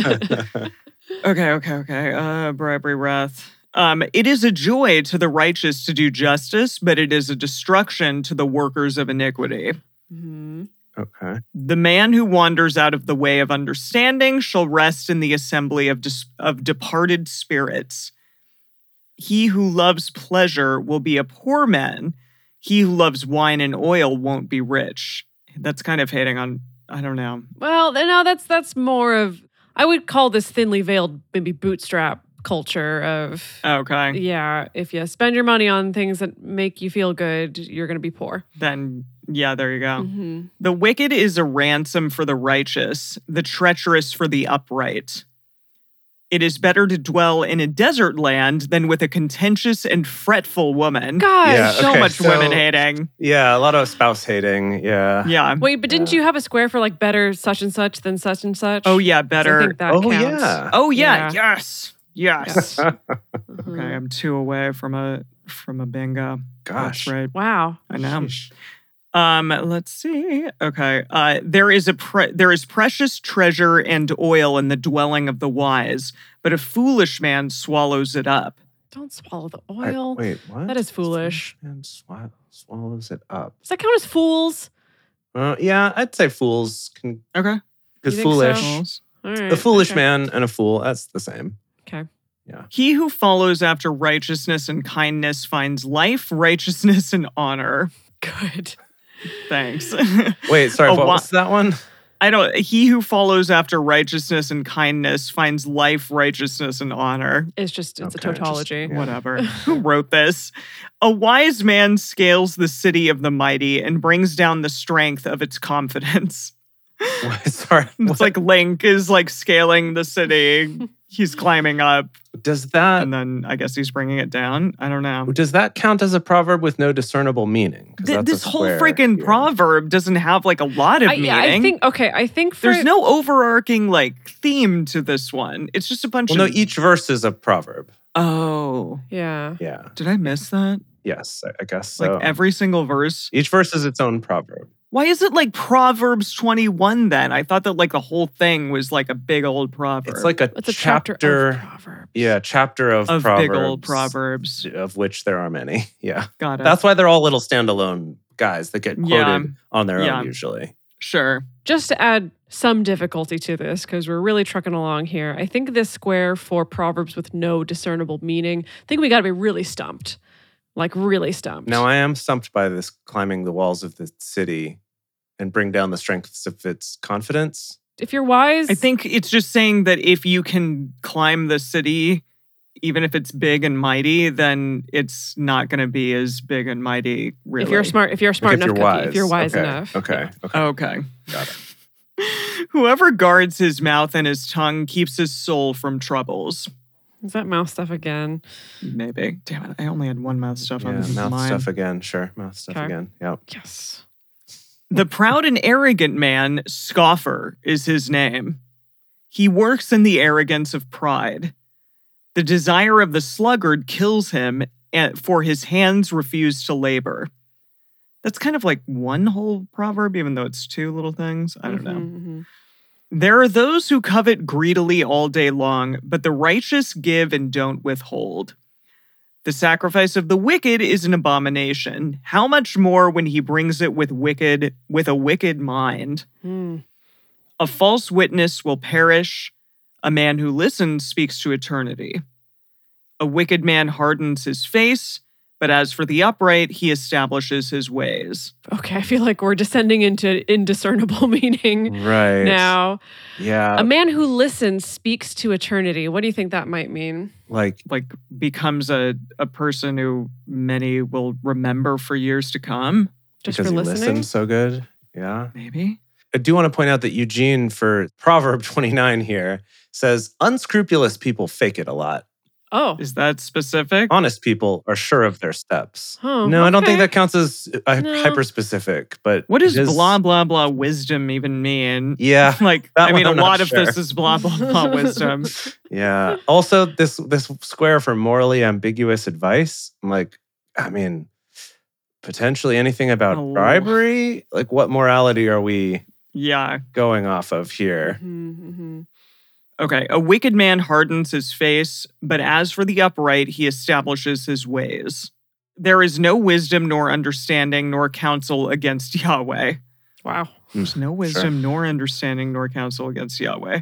Speaker 2: okay. Okay. Okay. Uh, bribery wrath. Um, it is a joy to the righteous to do justice, but it is a destruction to the workers of iniquity. Mm-hmm.
Speaker 4: Mhm.
Speaker 3: Okay.
Speaker 2: The man who wanders out of the way of understanding shall rest in the assembly of, dis- of departed spirits. He who loves pleasure will be a poor man. He who loves wine and oil won't be rich. That's kind of hating on, I don't know.
Speaker 4: Well, th- no, that's that's more of I would call this thinly veiled maybe bootstrap culture of
Speaker 2: Okay.
Speaker 4: yeah, if you spend your money on things that make you feel good, you're going to be poor.
Speaker 2: Then, yeah, there you go.
Speaker 4: Mhm.
Speaker 2: The wicked is a ransom for the righteous, the treacherous for the upright. It is better to dwell in a desert land than with a contentious and fretful woman.
Speaker 4: Gosh.
Speaker 3: Yeah,
Speaker 2: so
Speaker 3: Uh, okay,
Speaker 2: much
Speaker 3: so-
Speaker 2: women hating.
Speaker 3: Yeah. A lot of spouse hating. Yeah.
Speaker 2: Yeah.
Speaker 4: Wait, but didn't you have a square for like better such and such than such and such?
Speaker 2: Oh yeah,
Speaker 4: So I
Speaker 2: better.
Speaker 4: think that
Speaker 3: oh
Speaker 4: counts.
Speaker 3: yeah.
Speaker 2: Oh yeah,
Speaker 4: Yeah.
Speaker 2: yes. Yes.
Speaker 4: Mhm.
Speaker 2: okay, I'm two away from a from a bingo.
Speaker 3: Gosh.
Speaker 2: That's right.
Speaker 4: Wow.
Speaker 2: I know.
Speaker 3: Sheesh.
Speaker 2: Um, let's see. Okay. Uh there is a pre- there is precious treasure and oil in the dwelling of the wise, but a foolish man swallows it up.
Speaker 4: Don't swallow the
Speaker 3: I-
Speaker 4: oil.
Speaker 3: wait. What?
Speaker 4: That is foolish.
Speaker 3: And swa- swallows it up.
Speaker 4: Does that count as fools?
Speaker 3: Uh, yeah, I'd say fools can.
Speaker 2: Okay.
Speaker 4: You
Speaker 3: Because
Speaker 4: think so?
Speaker 3: foolish.
Speaker 4: All right.
Speaker 3: A foolish
Speaker 4: okay.
Speaker 3: man and a fool, that's the same.
Speaker 4: Okay.
Speaker 2: He who follows after righteousness and kindness finds life, righteousness, and honor.
Speaker 4: Good.
Speaker 2: Thanks.
Speaker 3: Wait, sorry,
Speaker 2: A
Speaker 3: what
Speaker 2: wa-
Speaker 3: was that one?
Speaker 2: I don't. He who follows after righteousness and kindness finds life, righteousness, and honor.
Speaker 4: It's just it's
Speaker 3: Okay,
Speaker 4: a
Speaker 3: just-
Speaker 4: tautology.
Speaker 3: Yeah.
Speaker 2: Whatever. who wrote this? A wise man scales the city of the mighty and brings down the strength of its confidence.
Speaker 3: Wait, sorry.
Speaker 2: It's like Link is like scaling the city. He's climbing up,
Speaker 3: Does that
Speaker 2: and then I guess he's bringing it down. I don't know.
Speaker 3: does that count as a proverb with no discernible meaning? 'Cause
Speaker 2: Th-
Speaker 3: that's a
Speaker 2: this whole
Speaker 3: square
Speaker 2: freaking
Speaker 3: here.
Speaker 2: proverb doesn't have like a lot of
Speaker 4: I,
Speaker 2: meaning.
Speaker 4: yeah, I think okay. I think for
Speaker 2: there's no overarching like theme to this one. It's just a bunch
Speaker 3: Well, no, e
Speaker 2: of
Speaker 3: each verse is a proverb.
Speaker 2: oh.
Speaker 4: yeah.
Speaker 3: Yeah.
Speaker 2: Did I miss that?
Speaker 3: Yes, I- I guess
Speaker 2: It's
Speaker 3: so.
Speaker 2: Like every single verse.
Speaker 3: each verse is its own proverb.
Speaker 2: Why is it like Proverbs 21 then? I thought that like the whole thing was like a big old proverb.
Speaker 3: It's like a,
Speaker 4: It's a chapter,
Speaker 3: chapter.
Speaker 4: of Proverbs.
Speaker 3: yeah, chapter of,
Speaker 2: of
Speaker 3: proverbs,
Speaker 2: big old proverbs.
Speaker 3: of which there are many. Yeah,
Speaker 2: Got it.
Speaker 3: that's why they're all little standalone guys that get quoted
Speaker 2: Yeah.
Speaker 3: on their
Speaker 2: Yeah.
Speaker 3: own usually.
Speaker 2: sure.
Speaker 4: Just to add some difficulty to this, because we're really trucking along here. I think this square for proverbs with no discernible meaning. I think we got to be really stumped, like really stumped.
Speaker 3: Now I am stumped by this climbing the walls of the city and bring down the strengths of its confidence.
Speaker 4: if you're wise,
Speaker 2: I think it's just saying that if you can climb the city, even if it's big and mighty, then it's not going to be as big and mighty, really.
Speaker 4: if you're smart, if you're smart
Speaker 3: Like,
Speaker 4: enough,
Speaker 3: if you're
Speaker 4: cookie,
Speaker 3: wise.
Speaker 4: if you're wise
Speaker 3: okay.
Speaker 4: enough,
Speaker 3: Okay. Okay.
Speaker 2: Okay.
Speaker 3: Got it.
Speaker 2: Whoever guards his mouth and his tongue keeps his soul from troubles.
Speaker 4: Is that mouth stuff again?
Speaker 2: Maybe. Damn it. I only had one mouth stuff on
Speaker 3: Yeah,
Speaker 2: this. is
Speaker 3: mouth
Speaker 2: mine.
Speaker 3: stuff again. Sure, mouth stuff
Speaker 4: Okay.
Speaker 3: again. Yep.
Speaker 4: Yes.
Speaker 2: The proud and arrogant man, Scoffer, is his name. He works in the arrogance of pride. The desire of the sluggard kills him, eh, for his hands refuse to labor. That's kind of like one whole proverb, even though it's two little things. I don't know.
Speaker 4: Mhm, mhm.
Speaker 2: There are those who covet greedily all day long, but the righteous give and don't withhold. The sacrifice of the wicked is an abomination. How much more when he brings it with wicked with a wicked mind?
Speaker 4: Hmm.
Speaker 2: A false witness will perish. A man who listens speaks to eternity. A wicked man hardens his face, but as for the upright, he establishes his ways.
Speaker 4: Okay, I feel like we're descending into indiscernible meaning
Speaker 3: Right.
Speaker 4: now.
Speaker 3: Yeah.
Speaker 4: a man who listens speaks to eternity. What do you think that might mean?
Speaker 3: like
Speaker 2: like becomes a, a person who many will remember for years to come.
Speaker 4: Just
Speaker 3: because
Speaker 4: for
Speaker 3: he
Speaker 4: listening?
Speaker 3: listens so good. Yeah.
Speaker 2: Maybe.
Speaker 3: I do want to point out that Eugene for Proverb 29 here says unscrupulous people fake it a lot.
Speaker 4: Oh,
Speaker 2: Is that specific?
Speaker 3: Honest people are sure of their steps.
Speaker 4: Huh,
Speaker 3: no, I don't think
Speaker 4: Oh, okay.
Speaker 3: that counts as uh,
Speaker 4: No.
Speaker 3: hyper specific, but
Speaker 2: What
Speaker 3: it
Speaker 2: does
Speaker 3: is-
Speaker 2: blah blah blah wisdom even mean?
Speaker 3: Yeah.
Speaker 2: Like
Speaker 3: That
Speaker 2: I
Speaker 3: one
Speaker 2: mean
Speaker 3: I'm
Speaker 2: a
Speaker 3: not
Speaker 2: lot of
Speaker 3: sure.
Speaker 2: this is blah blah blah wisdom.
Speaker 3: Yeah. Also, this this square for morally ambiguous advice. I'm like, I mean, potentially anything about
Speaker 2: Oh.
Speaker 3: bribery. Like, what morality are we
Speaker 2: Yeah.
Speaker 3: going off of here?
Speaker 4: Mhm, mhm.
Speaker 2: Okay. A wicked man hardens his face, but as for the upright, he establishes his ways. There is no wisdom nor understanding nor counsel against Yahweh.
Speaker 4: Wow.
Speaker 2: There's no wisdom nor understanding nor counsel against Yahweh.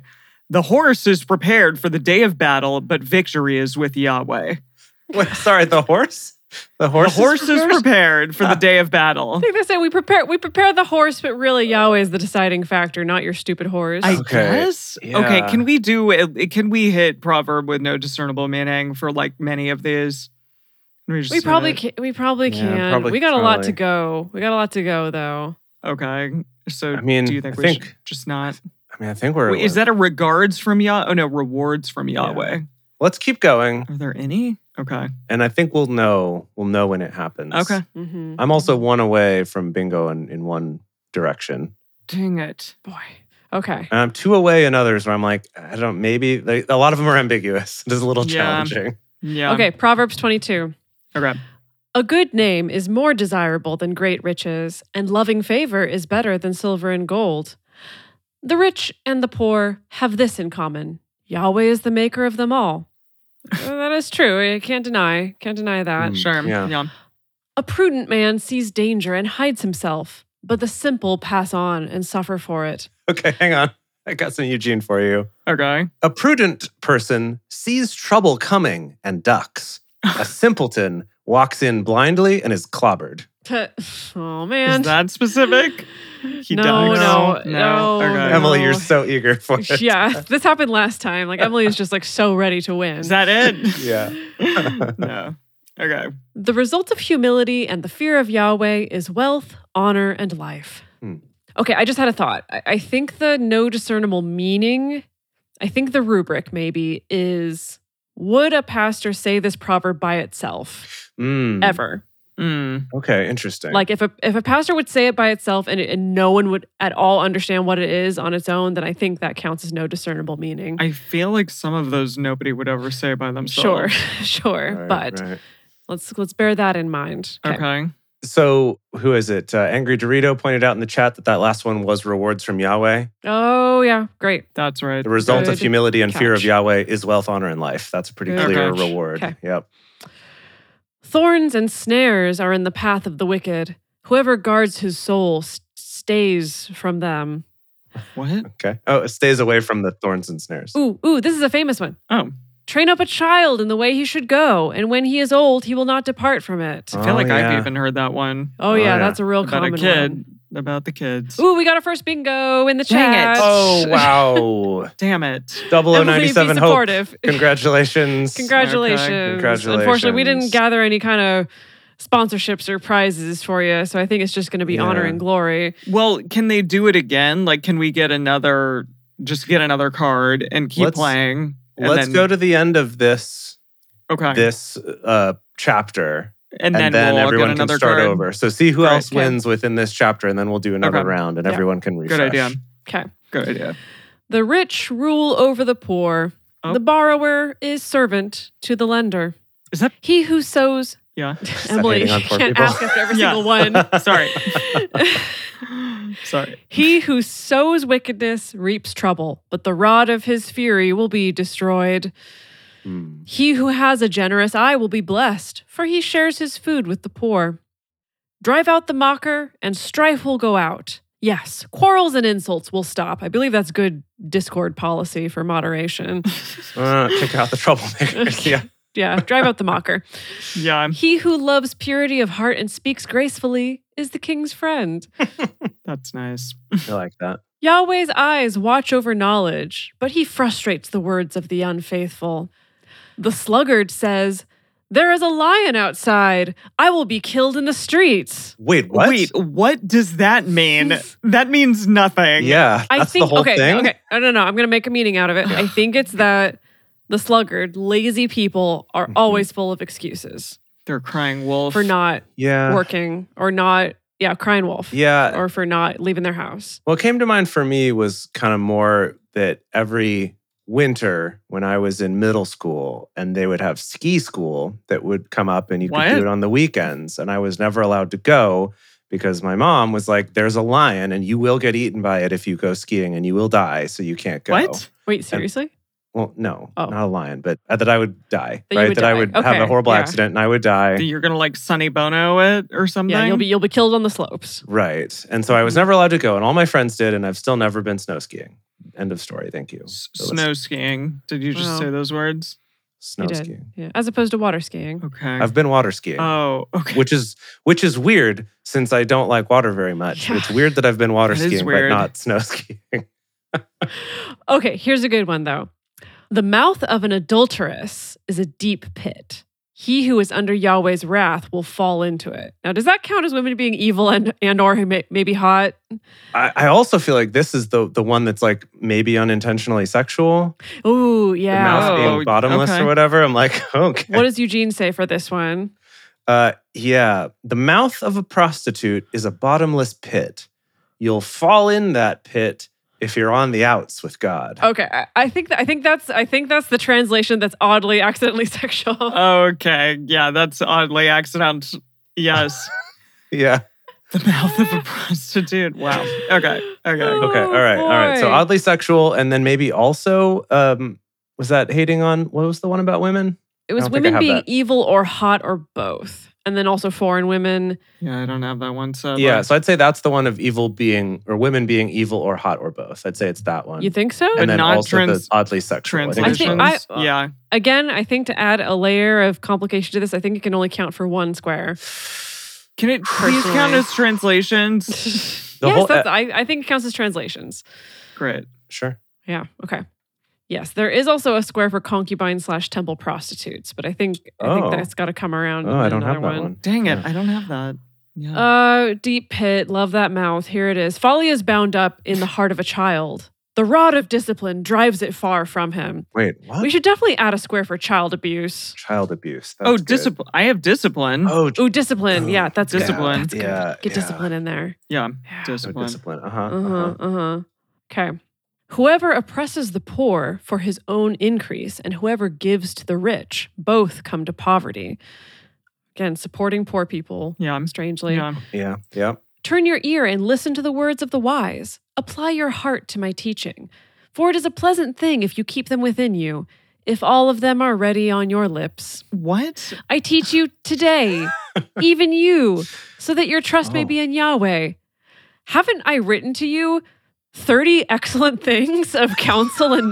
Speaker 2: The horse is prepared for the day of battle, but victory is with Yahweh.
Speaker 3: Wait, sorry, the horse. The
Speaker 2: Mm-hmm. The
Speaker 3: horse.
Speaker 2: horse is prepared for the day of battle.
Speaker 4: I think they say we prepare we prepare the horse, but really Yahweh is the deciding factor, not your stupid horse.
Speaker 2: I
Speaker 3: Okay,
Speaker 2: guess. Okay,
Speaker 3: yeah.
Speaker 2: can we do it? Can we hit proverb with no discernible meaning for like many of these? Can just
Speaker 4: we
Speaker 2: do
Speaker 4: probably
Speaker 2: that?
Speaker 4: can, we probably
Speaker 3: Yeah,
Speaker 4: can.
Speaker 3: probably-
Speaker 4: we got a lot
Speaker 3: probably.
Speaker 4: to go. We got a lot to go though.
Speaker 2: Okay. So,
Speaker 3: I mean,
Speaker 2: do you think
Speaker 3: I
Speaker 2: we should
Speaker 3: think-
Speaker 2: just not?
Speaker 3: I mean, I think we're.
Speaker 2: Wait, is that a regards from Yah? Oh no, rewards from Yahweh.
Speaker 3: Let's keep going,
Speaker 2: Are there any? Okay.
Speaker 3: and I think we'll know. We'll know when it happens.
Speaker 2: Okay.
Speaker 4: hmm
Speaker 3: I'm also one away from bingo in, in one direction.
Speaker 2: Dang it.
Speaker 4: Boy. Okay.
Speaker 3: And I'm two away in others where I'm like, I don't, maybe they, a lot of them are ambiguous. It is a little
Speaker 2: Yeah.
Speaker 3: challenging.
Speaker 2: Yeah.
Speaker 4: Okay. Proverbs 22.
Speaker 2: Okay.
Speaker 4: A good name is more desirable than great riches, and loving favor is better than silver and gold. The rich and the poor have this in common Yahweh is the maker of them all. Uh, that is true. I can't deny. Can't deny that.
Speaker 3: Mm.
Speaker 2: Sure.
Speaker 3: Yeah.
Speaker 2: yeah.
Speaker 4: A prudent man sees danger and hides himself, but the simple pass on and suffer for it.
Speaker 3: Okay, hang on. I got some Eugene for you.
Speaker 2: Okay.
Speaker 3: A prudent person sees trouble coming and ducks. A simpleton walks in blindly and is clobbered.
Speaker 4: oh, man.
Speaker 2: Is that specific? He
Speaker 4: no,
Speaker 2: dies.
Speaker 4: no,
Speaker 2: No.
Speaker 4: no,
Speaker 2: Okay.
Speaker 4: no.
Speaker 3: Emily, you're so eager for it.
Speaker 4: Yeah, this happened last time. Like, Emily is just like so ready to win.
Speaker 2: Is that it?
Speaker 3: Yeah.
Speaker 2: no. Okay.
Speaker 4: The result of humility and the fear of Yahweh is wealth, honor, and life.
Speaker 3: Hmm.
Speaker 4: Okay, I just had a thought. I, I think the no discernible meaning, I think the rubric maybe is would a pastor say this proverb by itself
Speaker 3: Mm,
Speaker 4: ever?
Speaker 2: Mm.
Speaker 3: okay, interesting.
Speaker 4: Like if a if a pastor would say it by itself and, it, and no one would at all understand what it is on its own, then I think that counts as no discernible meaning.
Speaker 2: I feel like some of those nobody would ever say by
Speaker 4: sure,
Speaker 2: themselves.
Speaker 4: sure,
Speaker 3: Right,
Speaker 4: but
Speaker 3: right.
Speaker 4: let's let's bear that in mind.
Speaker 2: Okay.
Speaker 3: So, who is it? Uh, Angry Dorito pointed out in the chat that that last one was rewards from Yahweh.
Speaker 4: Oh yeah, great.
Speaker 2: That's right.
Speaker 3: The result
Speaker 4: Good
Speaker 3: of humility and fear of
Speaker 4: catch.
Speaker 3: Yahweh is wealth, honor, and life. That's a pretty
Speaker 4: Good
Speaker 3: clear
Speaker 2: catch.
Speaker 3: reward.
Speaker 4: Okay.
Speaker 3: Yep.
Speaker 4: Thorns and snares are in the path of the wicked. Whoever guards his soul s- stays from them.
Speaker 2: What?
Speaker 3: Okay. Oh, it stays away from the thorns and snares.
Speaker 4: Ooh, ooh, this is a famous one.
Speaker 2: Oh,
Speaker 4: Train up a child in the way he should go, and when he is old, he will not depart from it.
Speaker 2: I feel
Speaker 3: Oh,
Speaker 2: like I've
Speaker 3: yeah.
Speaker 2: even heard that one
Speaker 3: Oh,
Speaker 4: Oh, yeah,
Speaker 3: yeah.
Speaker 4: that's a real
Speaker 2: about a
Speaker 4: common
Speaker 2: kid.
Speaker 4: one.
Speaker 2: About the kids.
Speaker 4: Ooh, we got our first bingo in the
Speaker 2: Dang
Speaker 4: chat.
Speaker 2: it.
Speaker 3: Oh, wow.
Speaker 2: Damn it.
Speaker 3: 0097
Speaker 4: be
Speaker 3: Hope.
Speaker 4: supportive.
Speaker 3: Congratulations.
Speaker 4: Congratulations. Unfortunately, we
Speaker 3: Congratulations.
Speaker 4: didn't gather any kind of sponsorships or prizes for you. So I think it's just going to be honor
Speaker 3: Yeah.
Speaker 4: and glory.
Speaker 2: Well, can they do it again? Like, can we get another, just get another card and keep
Speaker 3: Let's-
Speaker 2: playing? And
Speaker 3: Let's
Speaker 2: then,
Speaker 3: go to the end of this
Speaker 2: okay,
Speaker 3: this uh, chapter,
Speaker 2: and then, we'll all get
Speaker 3: everyone can
Speaker 2: another
Speaker 3: start
Speaker 2: card.
Speaker 3: over. So see who
Speaker 2: Right,
Speaker 3: else
Speaker 4: okay.
Speaker 3: wins within this chapter, and then we'll do another
Speaker 2: Okay.
Speaker 3: round, and
Speaker 4: Yeah.
Speaker 3: everyone can refresh.
Speaker 2: Good idea.
Speaker 4: Okay.
Speaker 2: Good idea.
Speaker 4: The rich rule over the poor.
Speaker 2: Oh.
Speaker 4: The borrower is servant to the lender.
Speaker 2: Is that-
Speaker 4: he who sows?
Speaker 2: Yeah.
Speaker 3: Stop
Speaker 4: Emily
Speaker 3: hating on poor
Speaker 4: can't
Speaker 3: people.
Speaker 4: ask after every
Speaker 2: Yeah.
Speaker 4: single one.
Speaker 2: Sorry. Sorry.
Speaker 4: He who sows wickedness reaps trouble, but the rod of his fury will be destroyed.
Speaker 3: Hmm.
Speaker 4: He who has a generous eye will be blessed, for he shares his food with the poor. Drive out the mocker, and strife will go out. Yes, quarrels and insults will stop. I believe that's good Discord policy for moderation.
Speaker 3: Uh, kick out the troublemakers.
Speaker 4: Okay.
Speaker 3: yeah.
Speaker 4: yeah, drive out the mocker.
Speaker 2: Yeah. I'm-
Speaker 4: He who loves purity of heart and speaks gracefully is the king's friend.
Speaker 2: That's nice.
Speaker 3: I like that.
Speaker 4: Yahweh's eyes watch over knowledge, but he frustrates the words of the unfaithful. The sluggard says, There is a lion outside. I will be killed in the streets.
Speaker 3: Wait, what?
Speaker 2: Wait, what does that mean? that means nothing.
Speaker 3: Yeah,
Speaker 4: I
Speaker 3: that's
Speaker 4: think,
Speaker 3: the whole
Speaker 4: okay,
Speaker 3: thing.
Speaker 4: okay. No, no, no. I'm going to make a meaning out of it. I think it's that the sluggard, lazy people are
Speaker 3: Mhm.
Speaker 4: always full of excuses
Speaker 2: They're crying wolf.
Speaker 4: for not
Speaker 3: Yeah.
Speaker 4: working or not, yeah, crying wolf.
Speaker 3: Uh. Yeah.
Speaker 4: Or for not leaving their house.
Speaker 3: What came to mind for me was kind of more that every winter when I was in middle school and they would have ski school that would come up and you could
Speaker 2: What?
Speaker 3: do it on the weekends. And I was never allowed to go because my mom was like, there's a lion and you will get eaten by it if you go skiing and you will die. So you can't go.
Speaker 2: What?
Speaker 4: Wait, seriously?
Speaker 3: Well, no,
Speaker 4: Oh.
Speaker 3: not a lion, but uh, that I would die,
Speaker 4: That you
Speaker 3: right?
Speaker 4: would
Speaker 3: that I
Speaker 4: die.
Speaker 3: would
Speaker 4: Okay,
Speaker 3: have a horrible
Speaker 4: yeah.
Speaker 3: accident and I would die.
Speaker 2: That You're gonna like Sonny Bono it or something.
Speaker 4: Yeah, you'll be you'll be killed on the slopes.
Speaker 3: Right. And so I
Speaker 4: Mm-hmm.
Speaker 3: was never allowed to go, and all my friends did, and I've still never been snow skiing. End of story. Thank you.
Speaker 2: S-
Speaker 3: So let's-
Speaker 2: Snow skiing. Did you just
Speaker 4: Wow.
Speaker 2: say those words?
Speaker 3: Snow
Speaker 4: You did.
Speaker 3: skiing.
Speaker 4: Yeah. As opposed to water skiing.
Speaker 2: Okay.
Speaker 3: I've been water skiing,
Speaker 2: oh, okay.
Speaker 3: which is which is weird since I don't like water very much.
Speaker 4: Yeah.
Speaker 3: It's weird that I've been water
Speaker 2: That is
Speaker 3: skiing but
Speaker 2: weird.
Speaker 3: not snow skiing.
Speaker 4: Okay, here's a good one though. The mouth of an adulteress is a deep pit. He who is under Yahweh's wrath will fall into it. Now, does that count as women being evil and and or who may, maybe hot?
Speaker 3: I, I also feel like this is the the one that's like maybe unintentionally sexual.
Speaker 4: Ooh,
Speaker 3: The
Speaker 4: yeah.
Speaker 3: mouth
Speaker 2: Oh,
Speaker 3: being bottomless
Speaker 2: okay.
Speaker 3: or whatever. I'm like, okay.
Speaker 4: What does Eugene say for this one?
Speaker 3: Uh, yeah, the mouth of a prostitute is a bottomless pit. You'll fall in that pit if you're on the outs with God.
Speaker 2: Oh.
Speaker 4: Okay, I, I think that, I think that's I think that's the translation that's oddly accidentally sexual.
Speaker 2: okay. Yeah, that's oddly accident. Yes.
Speaker 3: Yeah.
Speaker 2: the mouth of a prostitute. Wow. Okay. Okay.
Speaker 3: Okay.
Speaker 4: Oh,
Speaker 3: all right. All right. So
Speaker 4: boy.
Speaker 3: oddly sexual, and then maybe also, um, was that hating on what was the one about women?
Speaker 4: it was
Speaker 3: don't think I
Speaker 4: women
Speaker 3: have
Speaker 4: being
Speaker 3: that.
Speaker 4: evil or hot or both, and then also foreign women.
Speaker 2: Yeah, I don't have that one. So
Speaker 3: yeah. So I'd say that's the one of evil being or women being evil or hot or both. I'd say it's that one.
Speaker 4: You think so?
Speaker 3: and then
Speaker 2: not
Speaker 3: also
Speaker 2: trans-
Speaker 3: the oddly sexual. I think it's
Speaker 4: translation.
Speaker 2: translations.
Speaker 3: both.
Speaker 4: I- I-
Speaker 2: yeah.
Speaker 4: Again, I think to add a layer of complication to this, I think it can only count for one square.
Speaker 2: Can it please count
Speaker 4: Personally.
Speaker 2: as translations?
Speaker 3: The
Speaker 4: yes,
Speaker 3: whole- uh,
Speaker 4: that's, I, I think it counts as translations.
Speaker 2: Great.
Speaker 3: sure.
Speaker 4: Yeah. Okay. Yes, there is also a square for concubine slash temple prostitutes, but I think I
Speaker 3: Oh.
Speaker 4: think that's got to come around.
Speaker 3: Oh, I
Speaker 4: in
Speaker 3: don't have that
Speaker 4: another
Speaker 3: one.
Speaker 2: Dang it.
Speaker 3: Yeah.
Speaker 2: I don't have that. Yeah.
Speaker 4: Uh, deep pit, love that mouth. Here it is. Folly is bound up in the heart of a child. The rod of discipline drives it far from him.
Speaker 3: Wait, what?
Speaker 4: We should definitely add a square for child abuse.
Speaker 3: Child abuse. That's
Speaker 2: oh,
Speaker 3: good.
Speaker 2: discipline. I have discipline.
Speaker 3: Oh,
Speaker 4: Ooh, discipline.
Speaker 3: Oh,
Speaker 4: yeah, that's good.
Speaker 2: discipline.
Speaker 4: That's good.
Speaker 3: Yeah,
Speaker 4: Get
Speaker 3: yeah.
Speaker 4: discipline in there.
Speaker 2: Yeah.
Speaker 4: Yeah.
Speaker 3: So
Speaker 2: Discipline.
Speaker 3: discipline. Uh huh.
Speaker 4: Uh-huh, uh-huh. Okay. Whoever oppresses the poor for his own increase and whoever gives to the rich both come to poverty. Again, supporting poor people,
Speaker 2: Yeah. I'm-
Speaker 4: strangely.
Speaker 2: Yeah.
Speaker 3: Yeah. Yeah.
Speaker 4: Turn your ear and listen to the words of the wise. Apply your heart to my teaching. For it is a pleasant thing if you keep them within you, if all of them are ready on your lips.
Speaker 2: What?
Speaker 4: I teach you today, even you, so that your trust may
Speaker 3: Oh.
Speaker 4: be in Yahweh. Haven't I written to you 30 excellent things of counsel and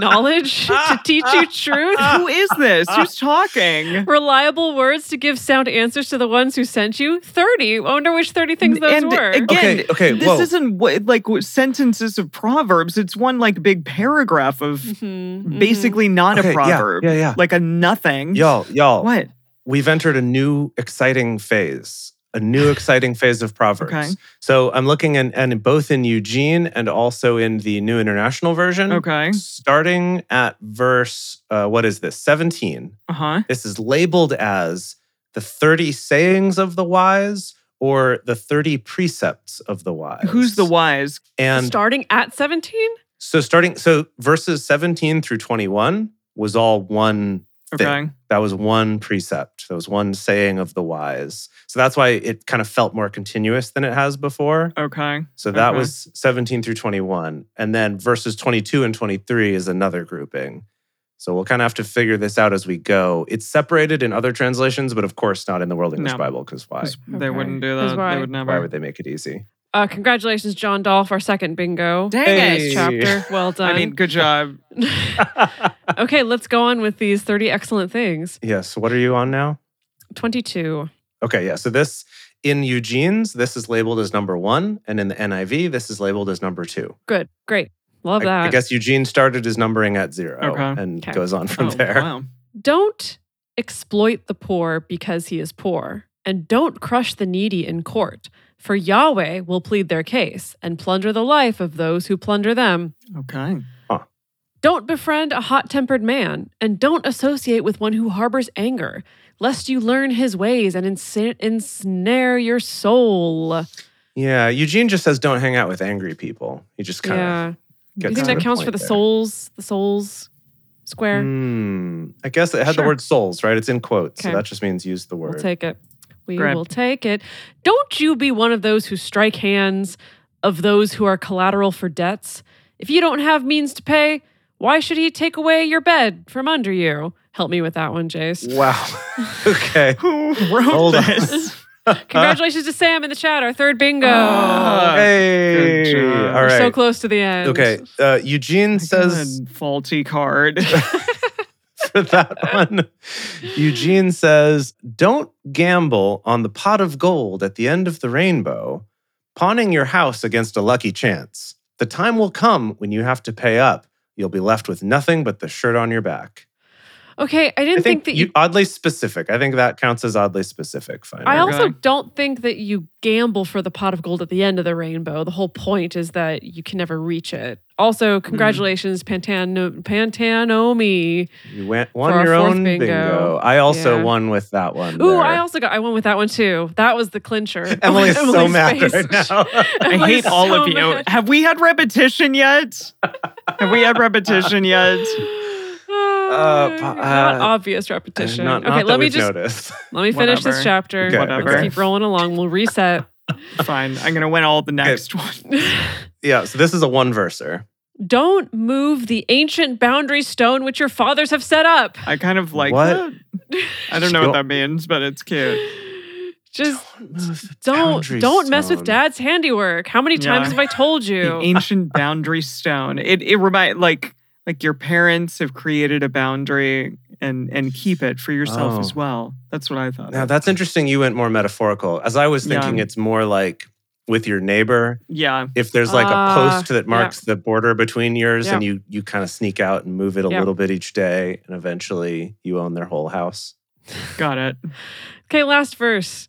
Speaker 4: knowledge to teach you truth?
Speaker 2: Who is this? Who's talking?
Speaker 4: Reliable words to give sound answers to the ones who sent you? 30. I wonder which 30 things those
Speaker 2: and
Speaker 4: were.
Speaker 2: again,
Speaker 3: Okay, okay,
Speaker 2: this
Speaker 3: whoa.
Speaker 2: isn't wh- like wh- sentences of proverbs. It's one like big paragraph of
Speaker 4: Mhm, mhm.
Speaker 2: basically not a
Speaker 3: Okay, yeah,
Speaker 2: proverb,
Speaker 3: yeah, yeah.
Speaker 2: like a nothing.
Speaker 3: Y'all, y'all.
Speaker 2: what?
Speaker 3: we've entered a new exciting phase, a new exciting phase of Proverbs.
Speaker 2: Okay.
Speaker 3: So I'm looking in, and both in Eugene and also in the New International Version.
Speaker 2: Okay.
Speaker 3: Starting at verse, uh, what is this? 17.
Speaker 2: Uh huh.
Speaker 3: This is labeled as the 30 sayings of the wise or the 30 precepts of the wise.
Speaker 2: Who's the wise?
Speaker 3: And
Speaker 4: Starting at 17?
Speaker 3: so starting, so verses 17 through 21 was all one
Speaker 2: Okay.
Speaker 3: Thing. that was one precept. That was one saying of the wise. So that's why it kind of felt more continuous than it has before.
Speaker 2: Okay.
Speaker 3: So that
Speaker 2: Okay.
Speaker 3: was 17 through 21. And then verses 22 and 23 is another grouping. So we'll kind of have to figure this out as we go. It's separated in other translations, but of course not in the World English
Speaker 2: No.
Speaker 3: Bible, because why?
Speaker 2: 'Cause They
Speaker 4: Okay.
Speaker 2: wouldn't do
Speaker 4: 'Cause
Speaker 2: that.
Speaker 4: why?
Speaker 2: They would never.
Speaker 3: Why would they make it easy?
Speaker 4: Uh, congratulations, John Dolph, our second bingo.
Speaker 2: Dang
Speaker 3: Hey.
Speaker 2: it.
Speaker 4: Chapter. Well done.
Speaker 2: I mean, uh, good job.
Speaker 4: okay, let's go on with these 30 excellent things.
Speaker 3: yes. What are you on now?
Speaker 4: 22.
Speaker 3: Okay, yeah. So this in Eugene's, this is labeled as number one, and in the NIV, this is labeled as number two.
Speaker 4: Good. Great. Love
Speaker 3: I,
Speaker 4: that.
Speaker 3: I guess Eugene started his numbering at zero
Speaker 2: Okay.
Speaker 3: and
Speaker 4: Okay.
Speaker 3: goes on from
Speaker 2: Oh,
Speaker 3: there.
Speaker 2: Wow.
Speaker 4: Don't exploit the poor because he is poor, and don't crush the needy in court, for Yahweh will plead their case and plunder the life of those who plunder them.
Speaker 2: Okay.
Speaker 4: Don't befriend a hot tempered man, and don't associate with one who harbors anger, lest you learn his ways and ensna- ensnare your soul.
Speaker 3: Yeah, Eugene just says don't hang out with angry people. He just kind
Speaker 4: yeah.
Speaker 3: of gets.
Speaker 4: Do you think
Speaker 3: to
Speaker 4: that counts for
Speaker 3: point
Speaker 4: the
Speaker 3: there.
Speaker 4: souls, the souls square?
Speaker 3: Hmm. I guess it had
Speaker 4: Sure.
Speaker 3: the word souls, right? It's in quotes,
Speaker 4: Okay.
Speaker 3: so that just means use the word.
Speaker 4: We'll take it. We
Speaker 2: Grab.
Speaker 4: will take it. Don't you be one of those who strike hands of those who are collateral for debts. If you don't have means to pay, why should he take away your bed from under you? Help me with that one, Jace.
Speaker 3: wow. okay.
Speaker 2: Who wrote
Speaker 3: Hold on.
Speaker 2: this?
Speaker 3: uh,
Speaker 4: Congratulations to Sam in the chat, our third bingo.
Speaker 2: Ah,
Speaker 3: hey.
Speaker 2: good job.
Speaker 3: All
Speaker 4: We're
Speaker 3: right.
Speaker 4: so close to the end.
Speaker 3: Okay. Uh, Eugene says
Speaker 2: God, faulty card.
Speaker 3: for that one. Eugene says, Don't gamble on the pot of gold at the end of the rainbow, pawning your house against a lucky chance. The time will come when you have to pay up. You'll be left with nothing but the shirt on your back.
Speaker 4: Okay, I didn't
Speaker 3: I think,
Speaker 4: that
Speaker 3: you, oddly specific. I think that counts as oddly specific. Fine.
Speaker 4: I
Speaker 2: Okay.
Speaker 4: also don't think that you gamble for the pot of gold at the end of the rainbow. The whole point is that you can never reach it.
Speaker 3: Hmm.
Speaker 4: Also, congratulations, Pantano- Pantanomi.
Speaker 3: you went, won
Speaker 4: our
Speaker 3: your
Speaker 4: fourth
Speaker 3: own bingo.
Speaker 4: bingo.
Speaker 3: I also
Speaker 4: Yeah.
Speaker 3: won with that one.
Speaker 4: Ooh,
Speaker 3: there.
Speaker 4: I also got I won with that one too. That was the clincher.
Speaker 3: Emily's so mad
Speaker 4: face.
Speaker 3: right now.
Speaker 2: I
Speaker 4: Emily's
Speaker 2: hate all
Speaker 4: so
Speaker 2: of you.
Speaker 4: mad.
Speaker 2: Have we had repetition yet? Have we had repetition yet?
Speaker 4: Ah,
Speaker 3: pa-
Speaker 4: not
Speaker 3: uh,
Speaker 4: obvious repetition.
Speaker 3: Not,
Speaker 4: okay,
Speaker 3: not that
Speaker 4: let me
Speaker 3: we've
Speaker 4: just
Speaker 3: noticed.
Speaker 4: let me finish
Speaker 2: Whatever.
Speaker 4: this chapter.
Speaker 3: Okay,
Speaker 4: Let's
Speaker 2: okay.
Speaker 4: keep rolling along. We'll reset.
Speaker 2: Fine. I'm gonna win all the next one.
Speaker 3: Yeah, so this is a one verser.
Speaker 4: Don't move the ancient boundary stone which your fathers have set up.
Speaker 2: I kind of like
Speaker 3: What?
Speaker 2: that. I don't know what that means, but it's cute.
Speaker 4: Just
Speaker 3: move
Speaker 4: don't
Speaker 3: boundary
Speaker 4: don't mess with
Speaker 3: stone.
Speaker 4: dad's handiwork. How many
Speaker 2: Yeah.
Speaker 4: times have I told
Speaker 2: The
Speaker 4: you?
Speaker 2: ancient boundary stone. It it remind like like your parents have created a boundary and and keep it for yourself
Speaker 3: Oh.
Speaker 2: as well. That's what I thought.
Speaker 3: Now
Speaker 2: of.
Speaker 3: that's interesting. You went more metaphorical. As I was thinking,
Speaker 2: Yeah.
Speaker 3: it's more like with your neighbor.
Speaker 2: yeah.
Speaker 3: If there's like
Speaker 4: Ah,
Speaker 3: a post that
Speaker 4: yeah.
Speaker 3: marks the border between yours,
Speaker 4: Yeah.
Speaker 3: and you you kind of sneak out and move it a
Speaker 4: Yeah.
Speaker 3: little bit each day, and eventually you own their whole house.
Speaker 2: Got it.
Speaker 4: Okay, last verse.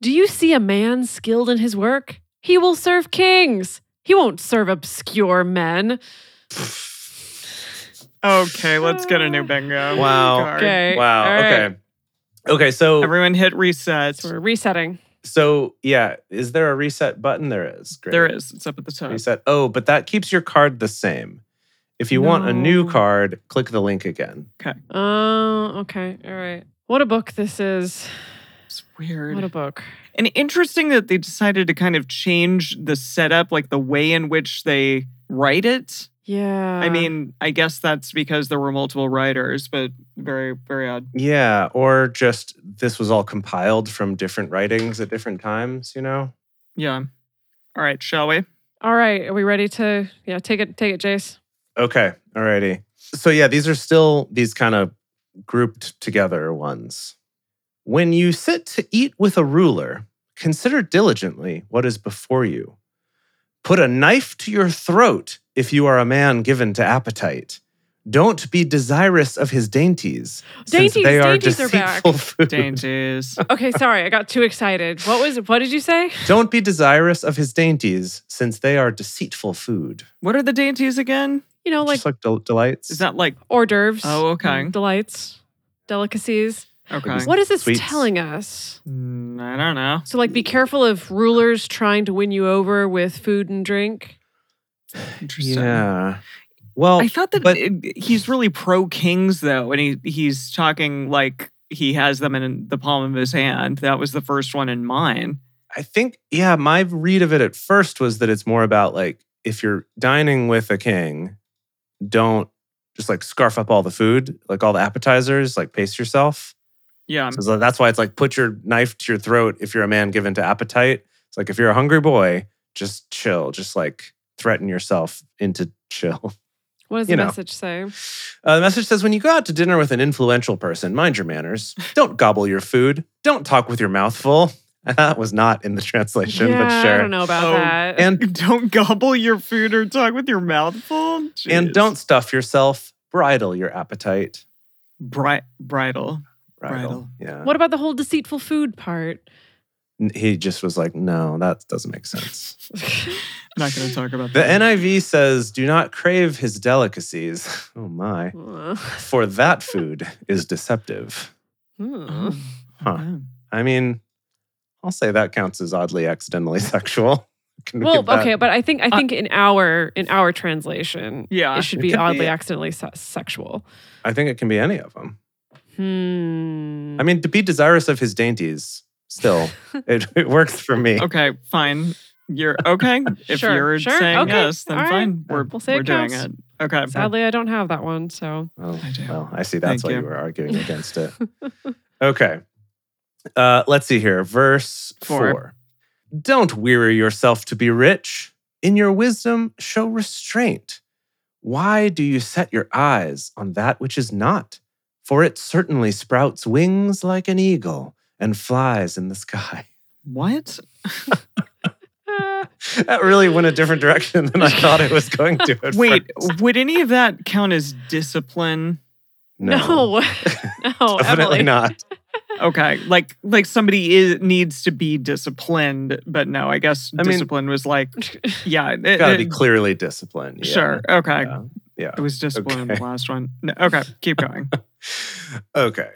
Speaker 4: Do you see a man skilled in his work? He will serve kings. He won't serve obscure men.
Speaker 2: Okay, let's get a new bingo.
Speaker 3: Wow.
Speaker 2: card.
Speaker 4: Okay.
Speaker 3: Wow.
Speaker 4: all right.
Speaker 3: Okay. Okay. So
Speaker 2: Everyone hit reset.
Speaker 4: So we're resetting.
Speaker 3: so yeah, is there a reset button? There is. Great.
Speaker 2: There is. It's up at the top.
Speaker 3: Reset. Oh, but that keeps your card the same. If you want a new
Speaker 4: No.
Speaker 3: card, click the link again.
Speaker 4: Oh, okay. All right. What a book this is.
Speaker 2: It's weird.
Speaker 4: What a book.
Speaker 2: And interesting that they decided to kind of change the setup, like the way in which they write it.
Speaker 4: Yeah.
Speaker 3: Uh-huh.
Speaker 2: I mean, I guess that's because there were multiple writers, but very, very odd.
Speaker 3: Yeah, or just this was all compiled from different writings at different times, you know?
Speaker 2: Yeah. All right, shall we?
Speaker 4: all right. Are we ready to yeah, take it take it, Jace?
Speaker 3: Okay, alrighty. So yeah, these are still these kind of grouped together ones. When you sit to eat with a ruler, consider diligently what is before you. Put a knife to your throat if you are a man given to appetite. Don't be desirous of his dainties, since
Speaker 4: Dainties,
Speaker 3: they are
Speaker 4: dainties are back.
Speaker 3: deceitful food.
Speaker 2: Dainties.
Speaker 4: Okay, sorry, I got too excited. What was it? What did you say?
Speaker 3: Don't be desirous of his dainties, since they are deceitful food.
Speaker 2: What are the dainties again?
Speaker 4: You know, like
Speaker 3: Just like del- delights.
Speaker 2: Is that like
Speaker 4: hors d'oeuvres. mm,
Speaker 2: oh okay.
Speaker 4: Delights, delicacies.
Speaker 2: Okay.
Speaker 4: What is this
Speaker 3: Sweets.
Speaker 4: telling us?
Speaker 2: Mm, I don't know.
Speaker 4: So, like, be careful of rulers trying to win you over with food and drink.
Speaker 2: Interesting.
Speaker 3: yeah. Well,
Speaker 2: I thought that
Speaker 3: but-
Speaker 2: it- he's really pro kings though, and he he's talking like he has them in the palm of his hand. That was the first one in mine.
Speaker 3: I think, yeah, my read of it at first was that it's more about like if you're dining with a king, don't just like scarf up all the food, like all the appetizers, like pace yourself.
Speaker 2: Yeah.
Speaker 3: So it's like- that's why it's like put your knife to your throat if you're a man given to appetite. It's like if you're a hungry boy, just chill, just like threaten yourself into chill.
Speaker 4: What does
Speaker 3: You
Speaker 4: the
Speaker 3: know.
Speaker 4: message say?
Speaker 3: Uh, the message says when you go out to dinner with an influential person, mind your manners. Don't gobble your food. Don't talk with your mouth full. That was not in the translation,
Speaker 4: yeah,
Speaker 3: but sure.
Speaker 4: I don't know about
Speaker 2: Oh,
Speaker 4: that.
Speaker 3: And
Speaker 2: Don't gobble your food or talk with your mouth full.
Speaker 3: And
Speaker 2: Jeez.
Speaker 3: don't stuff yourself. Bridle your appetite.
Speaker 2: Bri- bridle.
Speaker 3: Bridle.
Speaker 2: Bridle.
Speaker 3: Yeah.
Speaker 4: what about the whole deceitful food part?
Speaker 3: N- He just was like, no, that doesn't make sense.
Speaker 4: Hmm.
Speaker 2: Not going to talk about
Speaker 3: The
Speaker 2: that.
Speaker 3: NIV says, do not crave his delicacies. Oh my.
Speaker 4: Uh,
Speaker 3: For that food is deceptive.
Speaker 4: hmm.
Speaker 2: Oh,
Speaker 3: Huh.
Speaker 2: okay.
Speaker 3: I mean, I'll say that counts as oddly accidentally sexual. Can we
Speaker 4: Well,
Speaker 3: give that-
Speaker 4: okay, but I think I
Speaker 2: Uh,
Speaker 4: think in our in our translation,
Speaker 2: Yeah.
Speaker 4: it should
Speaker 3: It
Speaker 4: be
Speaker 3: could
Speaker 4: oddly
Speaker 3: be.
Speaker 4: accidentally se- sexual.
Speaker 3: I think it can be any of them.
Speaker 4: Hmm.
Speaker 3: I mean, to be desirous of his dainties, still, it, it works for me.
Speaker 2: Okay, fine. You're okay. If
Speaker 4: Sure,
Speaker 2: you're
Speaker 4: sure,
Speaker 2: saying
Speaker 4: okay,
Speaker 2: yes, then
Speaker 4: all right.
Speaker 2: fine. We're,
Speaker 4: We'll say
Speaker 2: we're
Speaker 4: it
Speaker 2: doing
Speaker 4: counts.
Speaker 2: it. Okay.
Speaker 4: Sadly, I don't have that one. So
Speaker 3: Oh,
Speaker 2: I do.
Speaker 3: well, I see. That's
Speaker 2: Thank
Speaker 3: why you.
Speaker 2: you.
Speaker 3: were arguing against it. okay. Uh, let's see here. Verse 4
Speaker 2: Four.
Speaker 3: four. Don't weary yourself to be rich. In your wisdom, show restraint. Why do you set your eyes on that which is not? For it certainly sprouts wings like an eagle and flies in the sky.
Speaker 2: What?
Speaker 4: uh,
Speaker 3: That really went a different direction than I thought it was going to. at
Speaker 2: Wait,
Speaker 3: first.
Speaker 2: would any of that count as discipline?
Speaker 4: no, no,
Speaker 3: definitely
Speaker 4: Emily.
Speaker 3: not.
Speaker 2: Okay, like like somebody is needs to be disciplined, but no, I guess
Speaker 3: I mean-
Speaker 2: discipline was like, yeah, it,
Speaker 3: Got to
Speaker 2: it-
Speaker 3: be clearly disciplined. yeah.
Speaker 2: sure, okay.
Speaker 3: Yeah. yeah.
Speaker 2: It was discipline in
Speaker 3: Okay.
Speaker 2: the last one. No, okay, keep going.
Speaker 3: okay.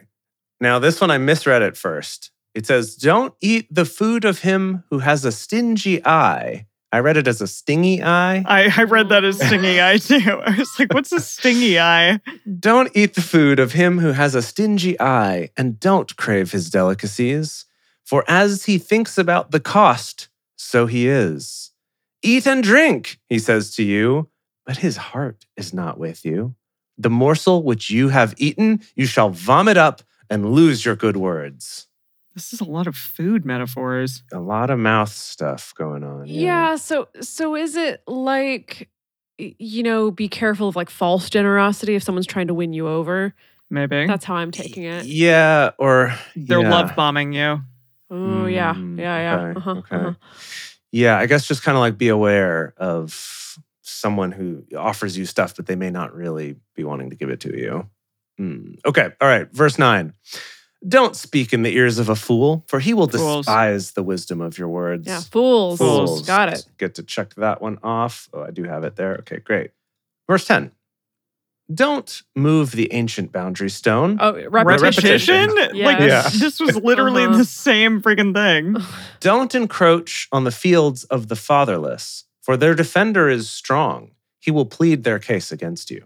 Speaker 3: Now, this one I misread at first. It says, Don't eat the food of him who has a stingy eye. I read it as a stingy eye.
Speaker 2: I, I read that as stingy eye too. I was like, what's a stingy eye?
Speaker 3: Don't eat the food of him who has a stingy eye, and don't crave his delicacies. For as he thinks about the cost, so he is. Eat and drink, he says to you, but his heart is not with you. The morsel which you have eaten, you shall vomit up and lose your good words.
Speaker 2: This is a lot of food metaphors.
Speaker 3: A lot of mouth stuff going on.
Speaker 4: yeah. So so is it like y- you know, be careful of like false generosity if someone's trying to win you over?
Speaker 2: Maybe
Speaker 4: That's how I'm taking it.
Speaker 3: Yeah, or
Speaker 2: they're
Speaker 3: yeah.
Speaker 2: love bombing you.
Speaker 4: Oh yeah,
Speaker 3: Mm,
Speaker 4: yeah, yeah.
Speaker 3: Okay.
Speaker 4: uh-huh,
Speaker 3: okay.
Speaker 4: uh-huh.
Speaker 3: Yeah, I guess just kind of like be aware of someone who offers you stuff, but they may not really be wanting to give it to you. Hmm. Okay. All right. Verse nine. Don't speak in the ears of a fool, for he will
Speaker 2: Fools.
Speaker 3: despise the wisdom of your words.
Speaker 4: Yeah, fools.
Speaker 2: Fools.
Speaker 4: Got it.
Speaker 3: Get to check that one off. Oh, I do have it there. Okay, great. Verse 10. Don't move the ancient boundary stone.
Speaker 4: Oh,
Speaker 3: Repetition?
Speaker 4: repetition.
Speaker 2: Like
Speaker 3: Yes. Yeah.
Speaker 2: this was literally
Speaker 4: Uh-huh.
Speaker 2: the same freaking thing.
Speaker 3: Don't encroach on the fields of the fatherless, for their defender is strong. He will plead their case against you.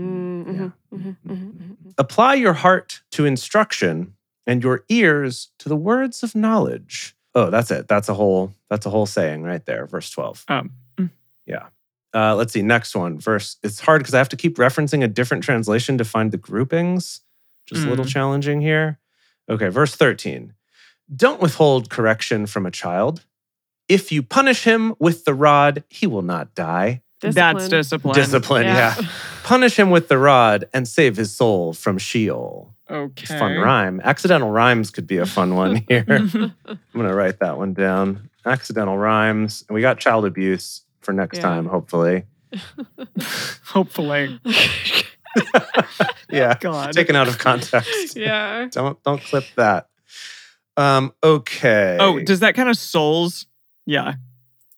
Speaker 4: Mm,
Speaker 3: Yeah.
Speaker 4: mhm, mhm, mhm, mhm.
Speaker 3: Apply your heart to instruction and your ears to the words of knowledge. Oh, that's it. That's a whole that's a whole saying right there, verse 12.
Speaker 2: Um,
Speaker 3: Uh, let's see, next one, verse. It's hard because I have to keep referencing a different translation to find the groupings. Just a little
Speaker 2: Mm.
Speaker 3: challenging here. Okay, verse 13. Don't withhold correction from a child. If you punish him with the rod, he will not die.
Speaker 2: that's
Speaker 4: Discipline.
Speaker 2: discipline.
Speaker 3: Discipline, yeah. Punish him with the rod and save his soul from Sheol. It's
Speaker 2: Okay.
Speaker 3: a Fun rhyme. Accidental rhymes could be a fun one here. I'm going to write that one down. Accidental rhymes. And we got child abuse for next
Speaker 4: Yeah.
Speaker 3: time, hopefully.
Speaker 2: Hopefully.
Speaker 3: yeah,
Speaker 2: God.
Speaker 3: taken out of context.
Speaker 4: yeah.
Speaker 3: Don't don't clip that. Um. Okay.
Speaker 2: Oh, does that kind of souls? Yeah.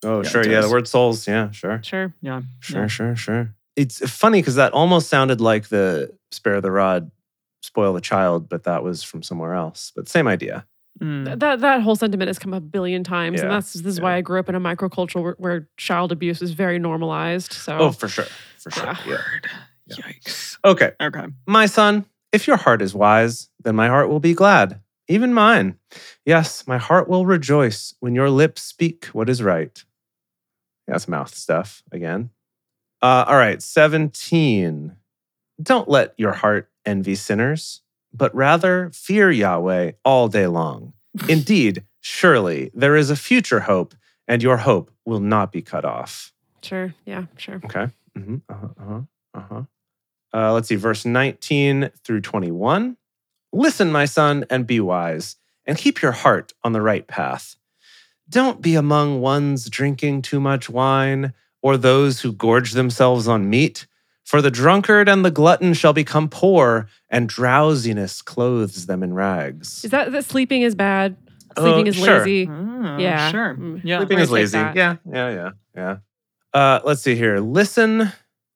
Speaker 3: oh,
Speaker 2: yeah,
Speaker 3: sure.
Speaker 2: it
Speaker 3: Yeah, the
Speaker 2: does.
Speaker 3: word souls. Yeah, sure.
Speaker 4: Sure.
Speaker 2: Yeah.
Speaker 3: Sure,
Speaker 2: Yeah.
Speaker 3: sure, sure. It's funny because that almost sounded like the spare the rod, spoil the child, but that was from somewhere else. But same idea.
Speaker 2: Mm.
Speaker 4: Th- That that whole sentiment has come up a billion times, and
Speaker 3: Yeah.
Speaker 4: that's this is why I grew up in a microculture where, where child abuse is very normalized. So
Speaker 3: Oh, for sure. For sure. Yeah.
Speaker 2: Word.
Speaker 3: Yeah.
Speaker 2: Yikes.
Speaker 3: Okay.
Speaker 2: Okay.
Speaker 3: My son, if your heart is wise, then my heart will be glad, even mine. Yes, my heart will rejoice when your lips speak what is right. That's mouth stuff again. Uh, all right, 17. Don't let your heart envy sinners, but rather fear Yahweh all day long. Indeed, surely there is a future hope, and your hope will not be cut off.
Speaker 4: sure, yeah, sure.
Speaker 3: Okay. hmm Uh-huh. Uh-huh. Uh-huh. Uh, let's see, verse 19 through 21. Listen, my son, and be wise, and keep your heart on the right path. Don't be among ones drinking too much wine, or those who gorge themselves on meat. For the drunkard and the glutton shall become poor, and drowsiness clothes them in rags.
Speaker 4: Is that that sleeping is bad?
Speaker 3: Oh,
Speaker 4: Sleeping is
Speaker 3: sure.
Speaker 4: lazy.
Speaker 2: Oh,
Speaker 4: Yeah.
Speaker 2: Sure.
Speaker 4: Mm.
Speaker 2: Yeah.
Speaker 4: Sleeping-
Speaker 3: Sleeping is
Speaker 4: We're gonna take
Speaker 3: lazy.
Speaker 4: that.
Speaker 3: Yeah, yeah, yeah, yeah. Uh, let's see here. Listen.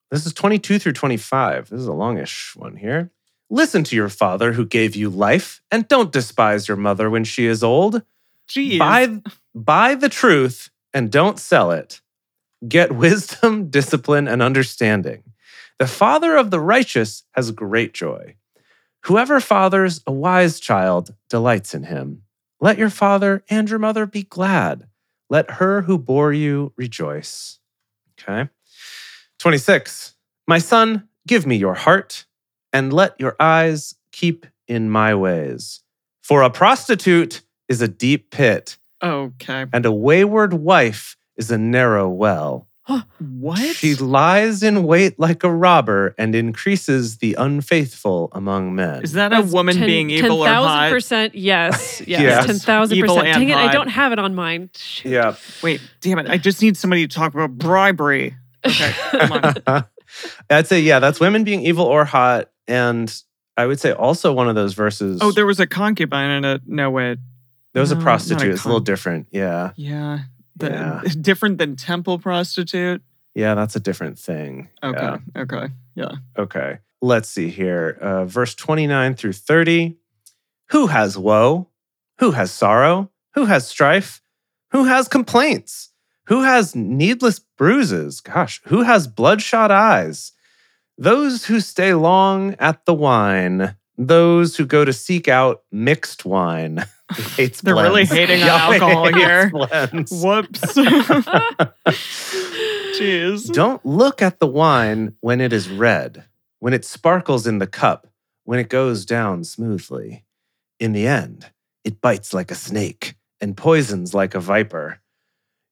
Speaker 3: This is 22 through 25. This is a longish one here. Listen to your father who gave you life, and don't despise your mother when she is old.
Speaker 2: Jeez.
Speaker 3: Buy, buy the truth and don't sell it. Get wisdom, discipline, and understanding. The father of the righteous has great joy. Whoever fathers a wise child delights in him. Let your father and your mother be glad. Let her who bore you rejoice. Okay. 26. My son, give me your heart and let your eyes keep in my ways. For a prostitute is a deep pit,
Speaker 2: okay.
Speaker 3: and a wayward wife is a narrow well.
Speaker 2: What?
Speaker 3: She lies in wait like a robber and increases the unfaithful among men.
Speaker 2: is that a
Speaker 4: That's
Speaker 2: woman
Speaker 4: 10
Speaker 2: being evil or hot?
Speaker 4: 10,000% yes. Yes.
Speaker 3: Yes.
Speaker 4: 10,000%.
Speaker 2: Evil and
Speaker 4: Dang it, I
Speaker 2: hot.
Speaker 4: don't have it on mine. Shit.
Speaker 3: yeah.
Speaker 2: Wait, damn it! I just need somebody to talk about bribery. Okay, come on.
Speaker 3: that's a yeah, that's women being evil or hot. And I would say also one of those verses.
Speaker 2: Oh, there was a concubine in it. No wait.
Speaker 3: there was a
Speaker 2: no, not a
Speaker 3: prostitute. it's a little
Speaker 2: con-
Speaker 3: different. Yeah.
Speaker 2: Yeah. The-
Speaker 3: Yeah.
Speaker 2: Different than temple prostitute.
Speaker 3: Yeah, that's a different thing.
Speaker 2: Okay.
Speaker 3: Yeah.
Speaker 2: Okay.
Speaker 3: Okay. Let's see here. Uh, verse 29 through 30. Who has woe? Who has sorrow? Who has strife? Who has complaints? Who has needless bruises? Gosh, who has bloodshot eyes? Those who stay long at the wine, those who go to seek out mixed wine. Hates
Speaker 2: They're really
Speaker 3: blends.
Speaker 2: hating on
Speaker 3: Yahweh
Speaker 2: alcohol
Speaker 3: hates
Speaker 2: here.
Speaker 3: blends.
Speaker 2: Whoops. Jeez.
Speaker 3: Don't look at the wine when it is red, when it sparkles in the cup, when it goes down smoothly. In the end, it bites like a snake and poisons like a viper.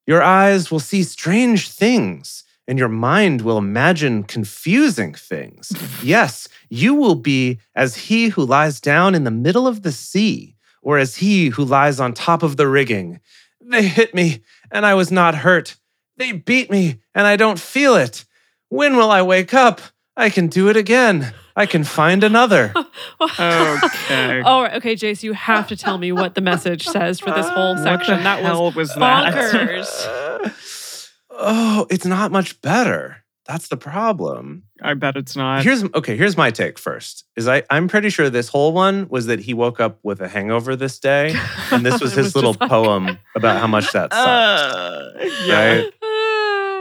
Speaker 3: Your eyes will see strange things, and your mind will imagine confusing things. yes, you will be as he who lies down in the middle of the sea, or as he who lies on top of the rigging. They hit me, and I was not hurt. They beat me and I don't feel it. When will I wake up? I can do it again. I can find another. Oh,
Speaker 2: Okay.
Speaker 4: All right. Okay, Jace, you have to tell me what the message says for this whole
Speaker 3: What
Speaker 2: What the
Speaker 4: section. That was
Speaker 2: hell was that?
Speaker 4: bonkers.
Speaker 3: oh, it's not much better. That's the problem.
Speaker 2: I bet it's not.
Speaker 3: Here's okay, here's my take first. Is I I'm pretty sure this whole one was that he woke up with a hangover this day and this was
Speaker 4: It
Speaker 3: his
Speaker 4: just
Speaker 3: little
Speaker 4: like- Oh,
Speaker 3: poem about how much that sucked.
Speaker 2: Uh, yeah.
Speaker 3: Right?
Speaker 4: Mm.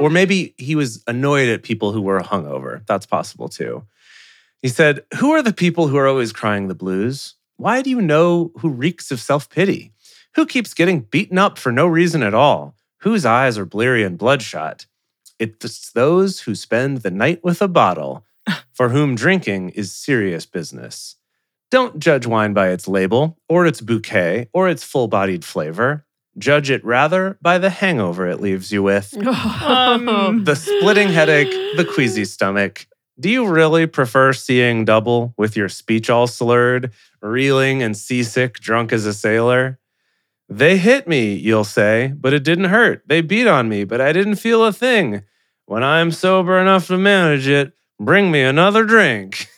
Speaker 3: Or maybe he was annoyed at people who were hungover. That's possible too. He said, Who are the people who are always crying the blues? Why do you know who reeks of self pity? Who keeps getting beaten up for no reason at all? Whose eyes are bleary and bloodshot? It's those who spend the night with a bottle, for whom drinking is serious business. Don't judge wine by its label, or its bouquet, or its full bodied flavor. Judge it rather by the hangover it leaves you with
Speaker 2: Um,
Speaker 3: the splitting headache, the queasy stomach. Do you really prefer seeing double with your speech all slurred, reeling and seasick, drunk as a sailor? They hit me, you'll say, but it didn't hurt. They beat on me, but I didn't feel a thing. When I'm sober enough to manage it, bring me another drink.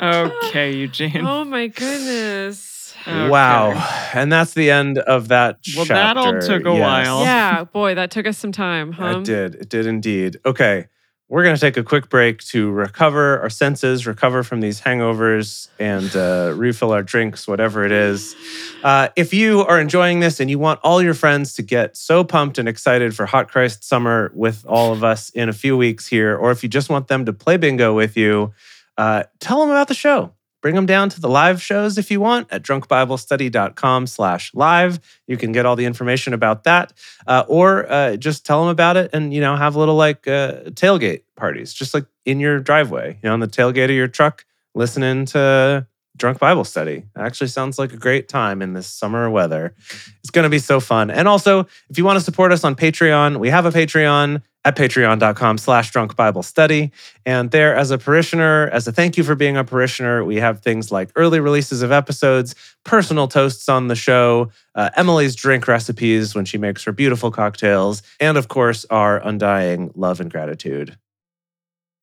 Speaker 2: Okay, Eugene.
Speaker 4: Oh my goodness.
Speaker 2: Okay.
Speaker 3: Wow. And that's the end of that
Speaker 2: Well, that all
Speaker 3: chapter.
Speaker 2: took a while.
Speaker 4: Yeah, boy, that took us some time, huh?
Speaker 3: It did. It did indeed. Okay. We're going to take a quick break to recover our senses, recover from these hangovers, and uh, refill our drinks, whatever it is. Uh, if you are enjoying this and you want all your friends to get so pumped and excited for Hot Christ Summer with all of us in a few weeks here, or if you just want them to play bingo with you, uh, tell them about the show. Bring them down to the live shows if you want at drunkbiblestudy.com slash live. You can get all the information about that uh, or uh, just tell them about it and you know have little like uh, tailgate parties just like in your driveway you know on the tailgate of your truck listening to drunk bible study It actually sounds like a great time in this summer weather it's going to be so fun and also if you want to support us on patreon we have a patreon at patreon.com slash drunk bible study and there as a parishioner as a thank you for being a parishioner we have things like early releases of episodes personal toasts on the show uh, Emily's drink recipes when she makes her beautiful cocktails, and of course, our undying love and gratitude.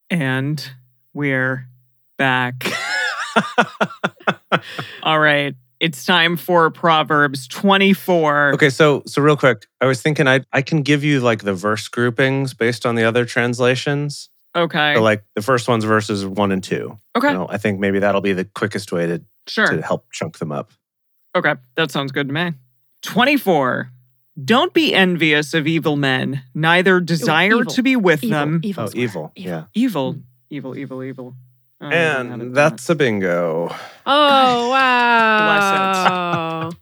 Speaker 2: And we're back. All right. It's time for Proverbs 24.
Speaker 3: Okay, so so real quick, I was thinking I I can give you like the verse groupings based on the other translations.
Speaker 2: Okay.
Speaker 3: So like the first one's verses one and two.
Speaker 2: Okay.
Speaker 3: You know, I think maybe that'll be the quickest way to, to
Speaker 2: Sure.
Speaker 3: help chunk them up.
Speaker 2: Okay. That sounds good to me. 24. Don't be envious of evil men, neither desire
Speaker 4: evil.
Speaker 2: to be with them.
Speaker 4: evil,
Speaker 3: oh,
Speaker 4: square,
Speaker 3: evil. Yeah.
Speaker 2: Evil. Evil, evil, evil. Oh, I haven't had it done
Speaker 3: And that's a bingo.
Speaker 4: Oh wow!
Speaker 2: God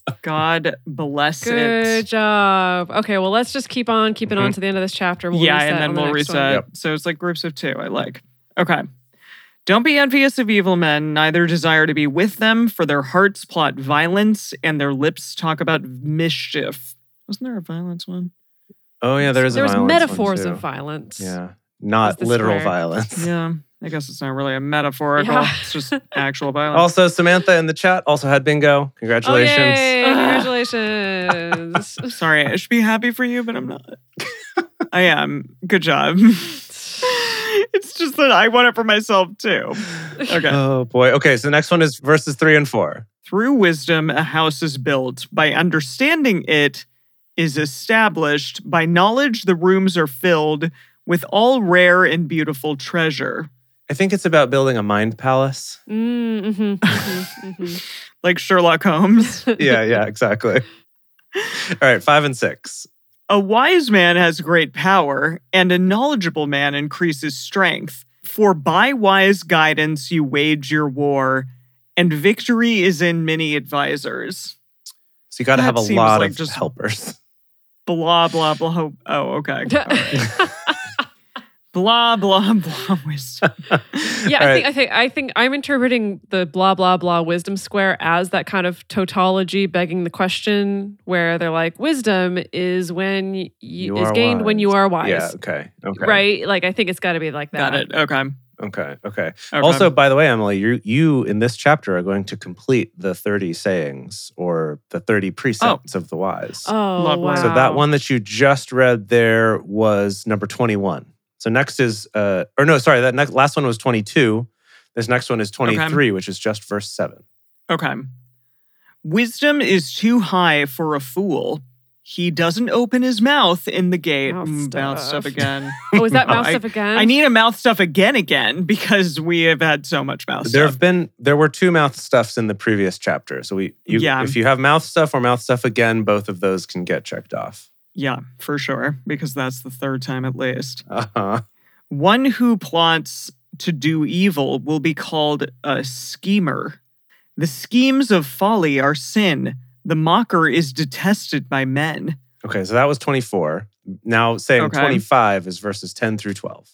Speaker 2: it. God bless
Speaker 4: Good
Speaker 2: it.
Speaker 4: job. Okay, well, let's just keep on keeping on to the end of this chapter. We'll
Speaker 2: yeah,
Speaker 4: reset
Speaker 2: and
Speaker 4: on
Speaker 2: then
Speaker 4: the
Speaker 2: we'll
Speaker 4: next one.
Speaker 2: reset. So it's like groups of two. I like. Okay. Don't be envious of evil men, neither desire to be with them, for their hearts plot violence and their lips talk about mischief. Wasn't there a violence one?
Speaker 3: Oh yeah, there is
Speaker 4: There
Speaker 3: a
Speaker 4: was
Speaker 3: violence one,
Speaker 4: metaphors
Speaker 3: too.
Speaker 4: of violence.
Speaker 3: Yeah.
Speaker 4: Is
Speaker 3: Not
Speaker 4: this
Speaker 3: literal
Speaker 4: where-
Speaker 3: violence.
Speaker 2: Yeah, I guess it's not really a metaphorical.
Speaker 4: Yeah.
Speaker 2: It's just actual violence.
Speaker 3: Also, Samantha in the chat also had bingo.
Speaker 4: Oh,
Speaker 3: Congratulations.
Speaker 4: yay.
Speaker 2: Ugh.
Speaker 4: Congratulations.
Speaker 2: Sorry, I should be happy for you, but I'm not. I am. Good job. it's just that I want it for myself too. Okay.
Speaker 3: Oh boy. Okay, so the next one is verses three and four.
Speaker 2: Through wisdom, a house is built. By understanding it is established. By knowledge, the rooms are filled with all rare and beautiful treasure.
Speaker 3: I think it's about building a mind palace.
Speaker 4: Mm, mhm, mhm, mhm.
Speaker 2: Like Sherlock Holmes.
Speaker 3: yeah, yeah, exactly. All right, five and six.
Speaker 2: a wise man has great power, and a knowledgeable man increases strength. For by wise guidance, you wage your war, and victory is in many advisors.
Speaker 3: So you got to
Speaker 2: That
Speaker 3: have a
Speaker 2: seems
Speaker 3: lot
Speaker 2: like
Speaker 3: of
Speaker 2: just-
Speaker 3: helpers.
Speaker 2: Blah, blah, blah. Oh, okay. All
Speaker 4: mm-hmm.
Speaker 2: right. blah, blah, blah. Wisdom.
Speaker 4: Yeah,
Speaker 3: All
Speaker 4: I
Speaker 3: right.
Speaker 4: think I think I think I'm interpreting the blah blah blah wisdom square as that kind of tautology begging the question where they're like wisdom is when y-
Speaker 3: You
Speaker 4: is
Speaker 3: are
Speaker 4: gained when you
Speaker 3: wise.
Speaker 4: are
Speaker 3: Yeah.
Speaker 4: wise.
Speaker 3: Okay. Okay.
Speaker 4: Right? Like I think it's got to be like that.
Speaker 2: Got it. Okay.
Speaker 3: Okay. Okay.
Speaker 2: okay.
Speaker 3: Also, by the way, Emily, you you in this chapter are going to complete the thirty sayings or the thirty precepts of the wise.
Speaker 4: Oh,
Speaker 2: Love
Speaker 4: wow.
Speaker 2: wisdom.
Speaker 3: So that one that you just read there was number 21. So next is uh or no, sorry, that next last one was 22. This next one is 23, which is just verse 7.
Speaker 2: Okay. Wisdom is too high for a fool. He doesn't open his mouth in the gate.
Speaker 4: Mouth
Speaker 2: Mm, Mouth
Speaker 4: stuff.
Speaker 2: stuff again.
Speaker 4: Oh, is that
Speaker 2: No,
Speaker 4: mouse
Speaker 2: I-
Speaker 4: stuff again?
Speaker 2: I need a mouth stuff again, again, because we have had so much mouth
Speaker 3: There
Speaker 2: stuff.
Speaker 3: have been there were two mouth stuffs in the previous chapter. So we you
Speaker 2: Yeah.
Speaker 3: if you have mouth stuff or mouth stuff again, both of those can get checked off.
Speaker 2: Yeah, for sure, because that's the third time at least.
Speaker 3: Uh-huh.
Speaker 2: One who plots to do evil will be called a schemer. The schemes of folly are sin. The mocker is detested by men.
Speaker 3: Okay, so that was 24. Now saying
Speaker 2: Okay.
Speaker 3: 25 is verses 10 through 12.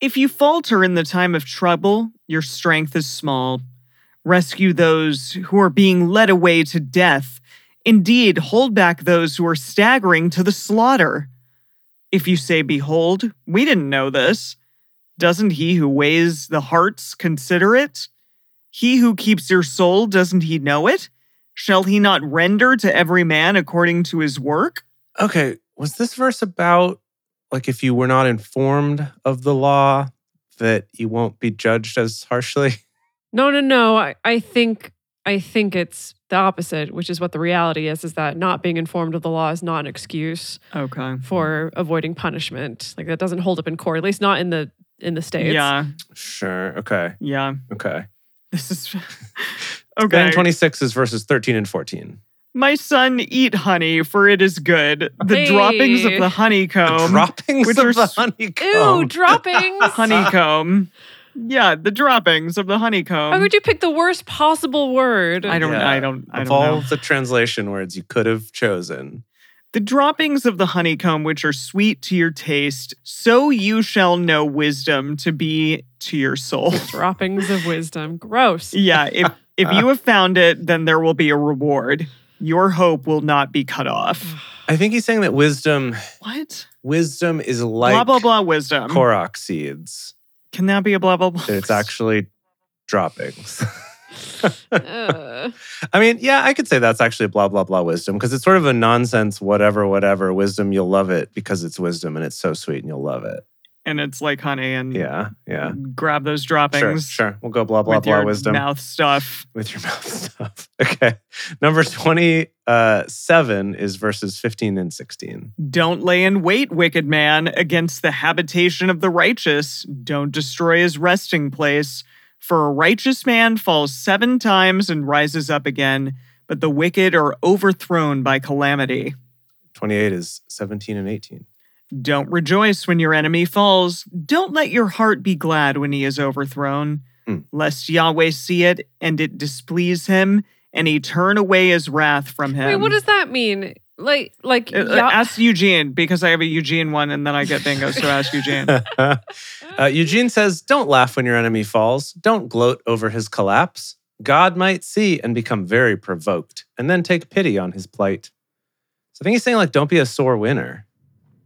Speaker 2: If you falter in the time of trouble, your strength is small. Rescue those who are being led away to death. Indeed, hold back those who are staggering to the slaughter. If you say, Behold, we didn't know this, doesn't he who weighs the hearts consider it? He who keeps your soul, doesn't he know it? Shall he not render to every man according to his work?
Speaker 3: Okay, was this verse about like if you were not informed of the law, that you won't be judged as harshly?
Speaker 4: No, no, no. I, I think I think it's the opposite, which is what the reality is, is that not being informed of the law is not an excuse
Speaker 2: Okay.
Speaker 4: for avoiding punishment. Like that doesn't hold up in court, at least not in the in the States.
Speaker 2: Yeah.
Speaker 3: Sure. Okay.
Speaker 2: Yeah.
Speaker 3: Okay.
Speaker 2: This is
Speaker 3: Nine
Speaker 2: okay.
Speaker 3: twenty six is verses 13 and 14.
Speaker 2: My son, eat honey, for it is good. The droppings of
Speaker 4: Hey.
Speaker 2: the honeycomb.
Speaker 3: droppings
Speaker 2: which
Speaker 3: of
Speaker 2: are
Speaker 3: the
Speaker 2: s-
Speaker 3: honeycomb.
Speaker 4: Ew, droppings.
Speaker 2: honeycomb. yeah, the droppings of the honeycomb.
Speaker 4: Why would you pick the worst possible word?
Speaker 2: I don't.
Speaker 3: Yeah.
Speaker 2: I don't. I
Speaker 3: of
Speaker 2: don't
Speaker 3: all
Speaker 2: know.
Speaker 3: the translation words you could have chosen.
Speaker 2: The droppings of the honeycomb, which are sweet to your taste, so you shall know wisdom to be to your soul.
Speaker 4: droppings of wisdom. Gross.
Speaker 2: yeah, if if you have found it, then there will be a reward. Your hope will not be cut off.
Speaker 3: I think he's saying that wisdom
Speaker 2: What?
Speaker 3: wisdom is like
Speaker 2: blah blah blah. Wisdom.
Speaker 3: Korok seeds.
Speaker 2: Can that be a blah blah blah?
Speaker 3: It's actually droppings.
Speaker 4: Ugh.
Speaker 3: I mean, yeah, I could say that's actually blah blah blah wisdom because it's sort of a nonsense whatever whatever wisdom. You'll love it because it's wisdom and it's so sweet and you'll love it.
Speaker 2: and it's like honey and
Speaker 3: Yeah, yeah.
Speaker 2: Grab those
Speaker 3: Sure,
Speaker 2: droppings.
Speaker 3: sure. We'll go blah blah
Speaker 2: with
Speaker 3: blah
Speaker 2: your
Speaker 3: wisdom.
Speaker 2: mouth stuff.
Speaker 3: with your mouth stuff. Okay. Number 27 is verses 15 and 16.
Speaker 2: Don't lay in wait, wicked man, against the habitation of the righteous. Don't destroy his resting place. For a righteous man falls seven times and rises up again, but the wicked are overthrown by calamity.
Speaker 3: 28 is 17 and 18.
Speaker 2: Don't rejoice when your enemy falls. Don't let your heart be glad when he is overthrown,
Speaker 3: Hmm.
Speaker 2: lest Yahweh see it and it displease him, and he turn away his wrath from him.
Speaker 4: Wait, what does that mean? Like, like,
Speaker 2: Um, Uh, uh,
Speaker 4: yeah-
Speaker 2: Ask Eugene because I have a Eugene one, and then I get bingo. So ask Eugene.
Speaker 3: uh, Eugene says, Don't laugh when your enemy falls. Don't gloat over his collapse. God might see and become very provoked and then take pity on his plight. So I think he's saying, like, don't be a sore winner.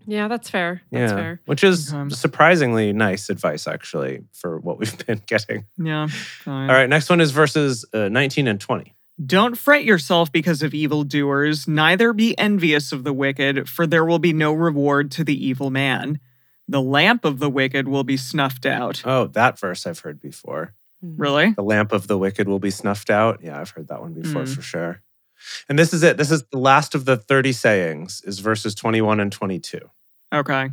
Speaker 4: yeah, that's fair. That's
Speaker 3: yeah.
Speaker 4: fair.
Speaker 3: Which is
Speaker 2: Okay.
Speaker 3: surprisingly nice advice, actually, for what we've been getting.
Speaker 2: Yeah. fine.
Speaker 3: All right. Next one is verses uh, 19 and 20.
Speaker 2: Don't fret yourself because of evildoers, neither be envious of the wicked, for there will be no reward to the evil man. The lamp of the wicked will be snuffed out.
Speaker 3: Oh, that verse I've heard before.
Speaker 2: Really?
Speaker 3: The lamp of the wicked will be snuffed out. Yeah, I've heard that one before
Speaker 2: Mm.
Speaker 3: for sure. And this is it. This is the last of the 30 sayings is verses 21 and 22.
Speaker 2: Okay.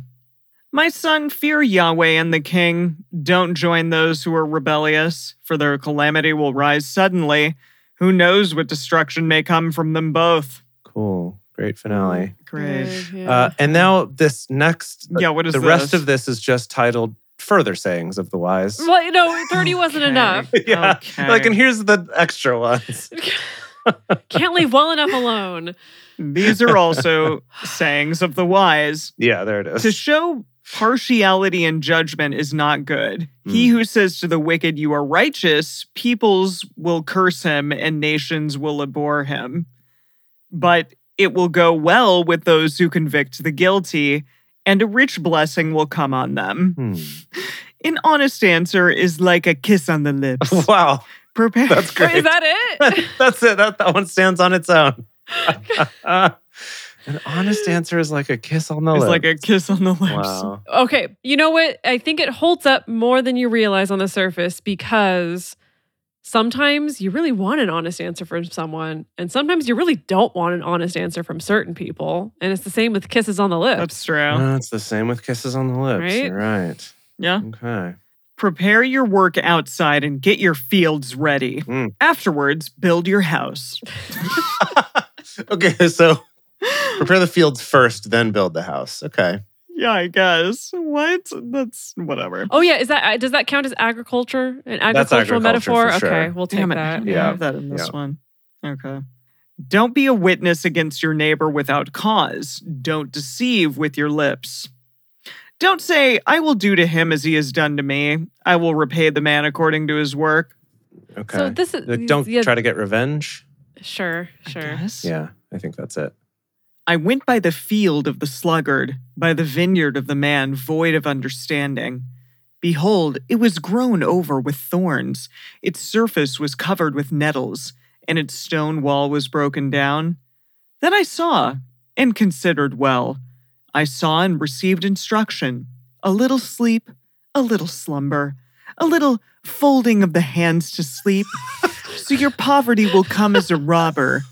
Speaker 2: My son, fear Yahweh and the king. Don't join those who are rebellious, for their calamity will rise suddenly. Who knows what destruction may come from them both?
Speaker 3: Cool. Great finale.
Speaker 2: Great.
Speaker 4: Uh, yeah.
Speaker 3: Uh, and now this next,
Speaker 2: Yeah, what is
Speaker 3: the
Speaker 2: this?
Speaker 3: rest of this is just titled Further Sayings of the Wise.
Speaker 4: well, you know, thirty wasn't
Speaker 2: Okay.
Speaker 4: enough.
Speaker 3: yeah.
Speaker 2: Okay.
Speaker 3: Like, and here's the extra ones.
Speaker 4: Can't leave well enough alone.
Speaker 2: These are also sayings of the wise.
Speaker 3: Yeah, there it is.
Speaker 2: To show partiality and judgment is not good. He
Speaker 3: Hmm.
Speaker 2: who says to the wicked, You are righteous, peoples will curse him and nations will abhor him. But it will go well with those who convict the guilty, and a rich blessing will come on them.
Speaker 3: Hmm.
Speaker 2: An honest answer is like a kiss on the lips.
Speaker 3: Wow.
Speaker 2: Prepare.
Speaker 3: That's
Speaker 4: Wait,
Speaker 3: great.
Speaker 4: Is that it?
Speaker 3: That's it. That, that one stands on its own. An honest answer is like a kiss on the
Speaker 2: It's
Speaker 3: lips.
Speaker 2: like a kiss on the lips.
Speaker 3: Wow.
Speaker 4: okay, you know what? I think it holds up more than you realize on the surface because sometimes you really want an honest answer from someone, and sometimes you really don't want an honest answer from certain people. And it's the same with kisses on the lips.
Speaker 2: That's true.
Speaker 3: No, it's the same with kisses on the lips.
Speaker 4: Right?
Speaker 3: You're right.
Speaker 2: yeah.
Speaker 3: Okay.
Speaker 2: Prepare your work outside and get your fields ready.
Speaker 3: Mm.
Speaker 2: Afterwards, build your house.
Speaker 3: Okay. So prepare the fields first, then build the house. Okay.
Speaker 2: yeah, I guess. What? That's whatever.
Speaker 4: Oh yeah, is that uh, does that count as agriculture? An agricultural
Speaker 3: agriculture
Speaker 4: metaphor?
Speaker 3: for sure.
Speaker 4: Okay, we'll take
Speaker 2: Damn it. I
Speaker 4: that.
Speaker 2: don't
Speaker 3: Yeah.
Speaker 2: have that in this
Speaker 3: Yeah.
Speaker 2: one. Okay. Don't be a witness against your neighbor without cause. Don't deceive with your lips. Don't say, I will do to him as he has done to me. I will repay the man according to his work.
Speaker 3: Okay.
Speaker 4: So this is
Speaker 3: Like, don't
Speaker 4: yeah,
Speaker 3: try to get revenge.
Speaker 4: Sure, sure.
Speaker 2: I guess.
Speaker 3: Yeah. I think that's it.
Speaker 2: I went by the field of the sluggard, by the vineyard of the man void of understanding. Behold, it was grown over with thorns, its surface was covered with nettles, and its stone wall was broken down. Then I saw, and considered well. I saw and received instruction, a little sleep, a little slumber, a little folding of the hands to sleep. so your poverty will come as a robber,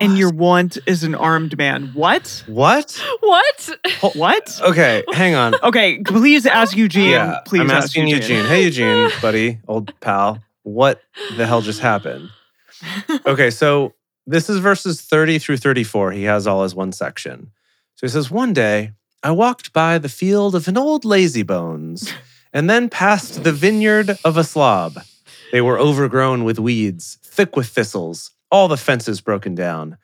Speaker 2: and your want is an armed man. What?
Speaker 3: What?
Speaker 4: What?
Speaker 2: What?
Speaker 3: Okay, hang on.
Speaker 2: Okay, please ask Eugene.
Speaker 3: yeah,
Speaker 2: please
Speaker 3: I'm
Speaker 2: ask
Speaker 3: asking Eugene. Hey, Eugene, buddy, old pal, what the hell just happened? Okay, so this is verses 30 through 34. He has all as one section. So he says, One day I walked by the field of an old lazybones and then past the vineyard of a slob. They were overgrown with weeds, thick with thistles, all the fences broken down.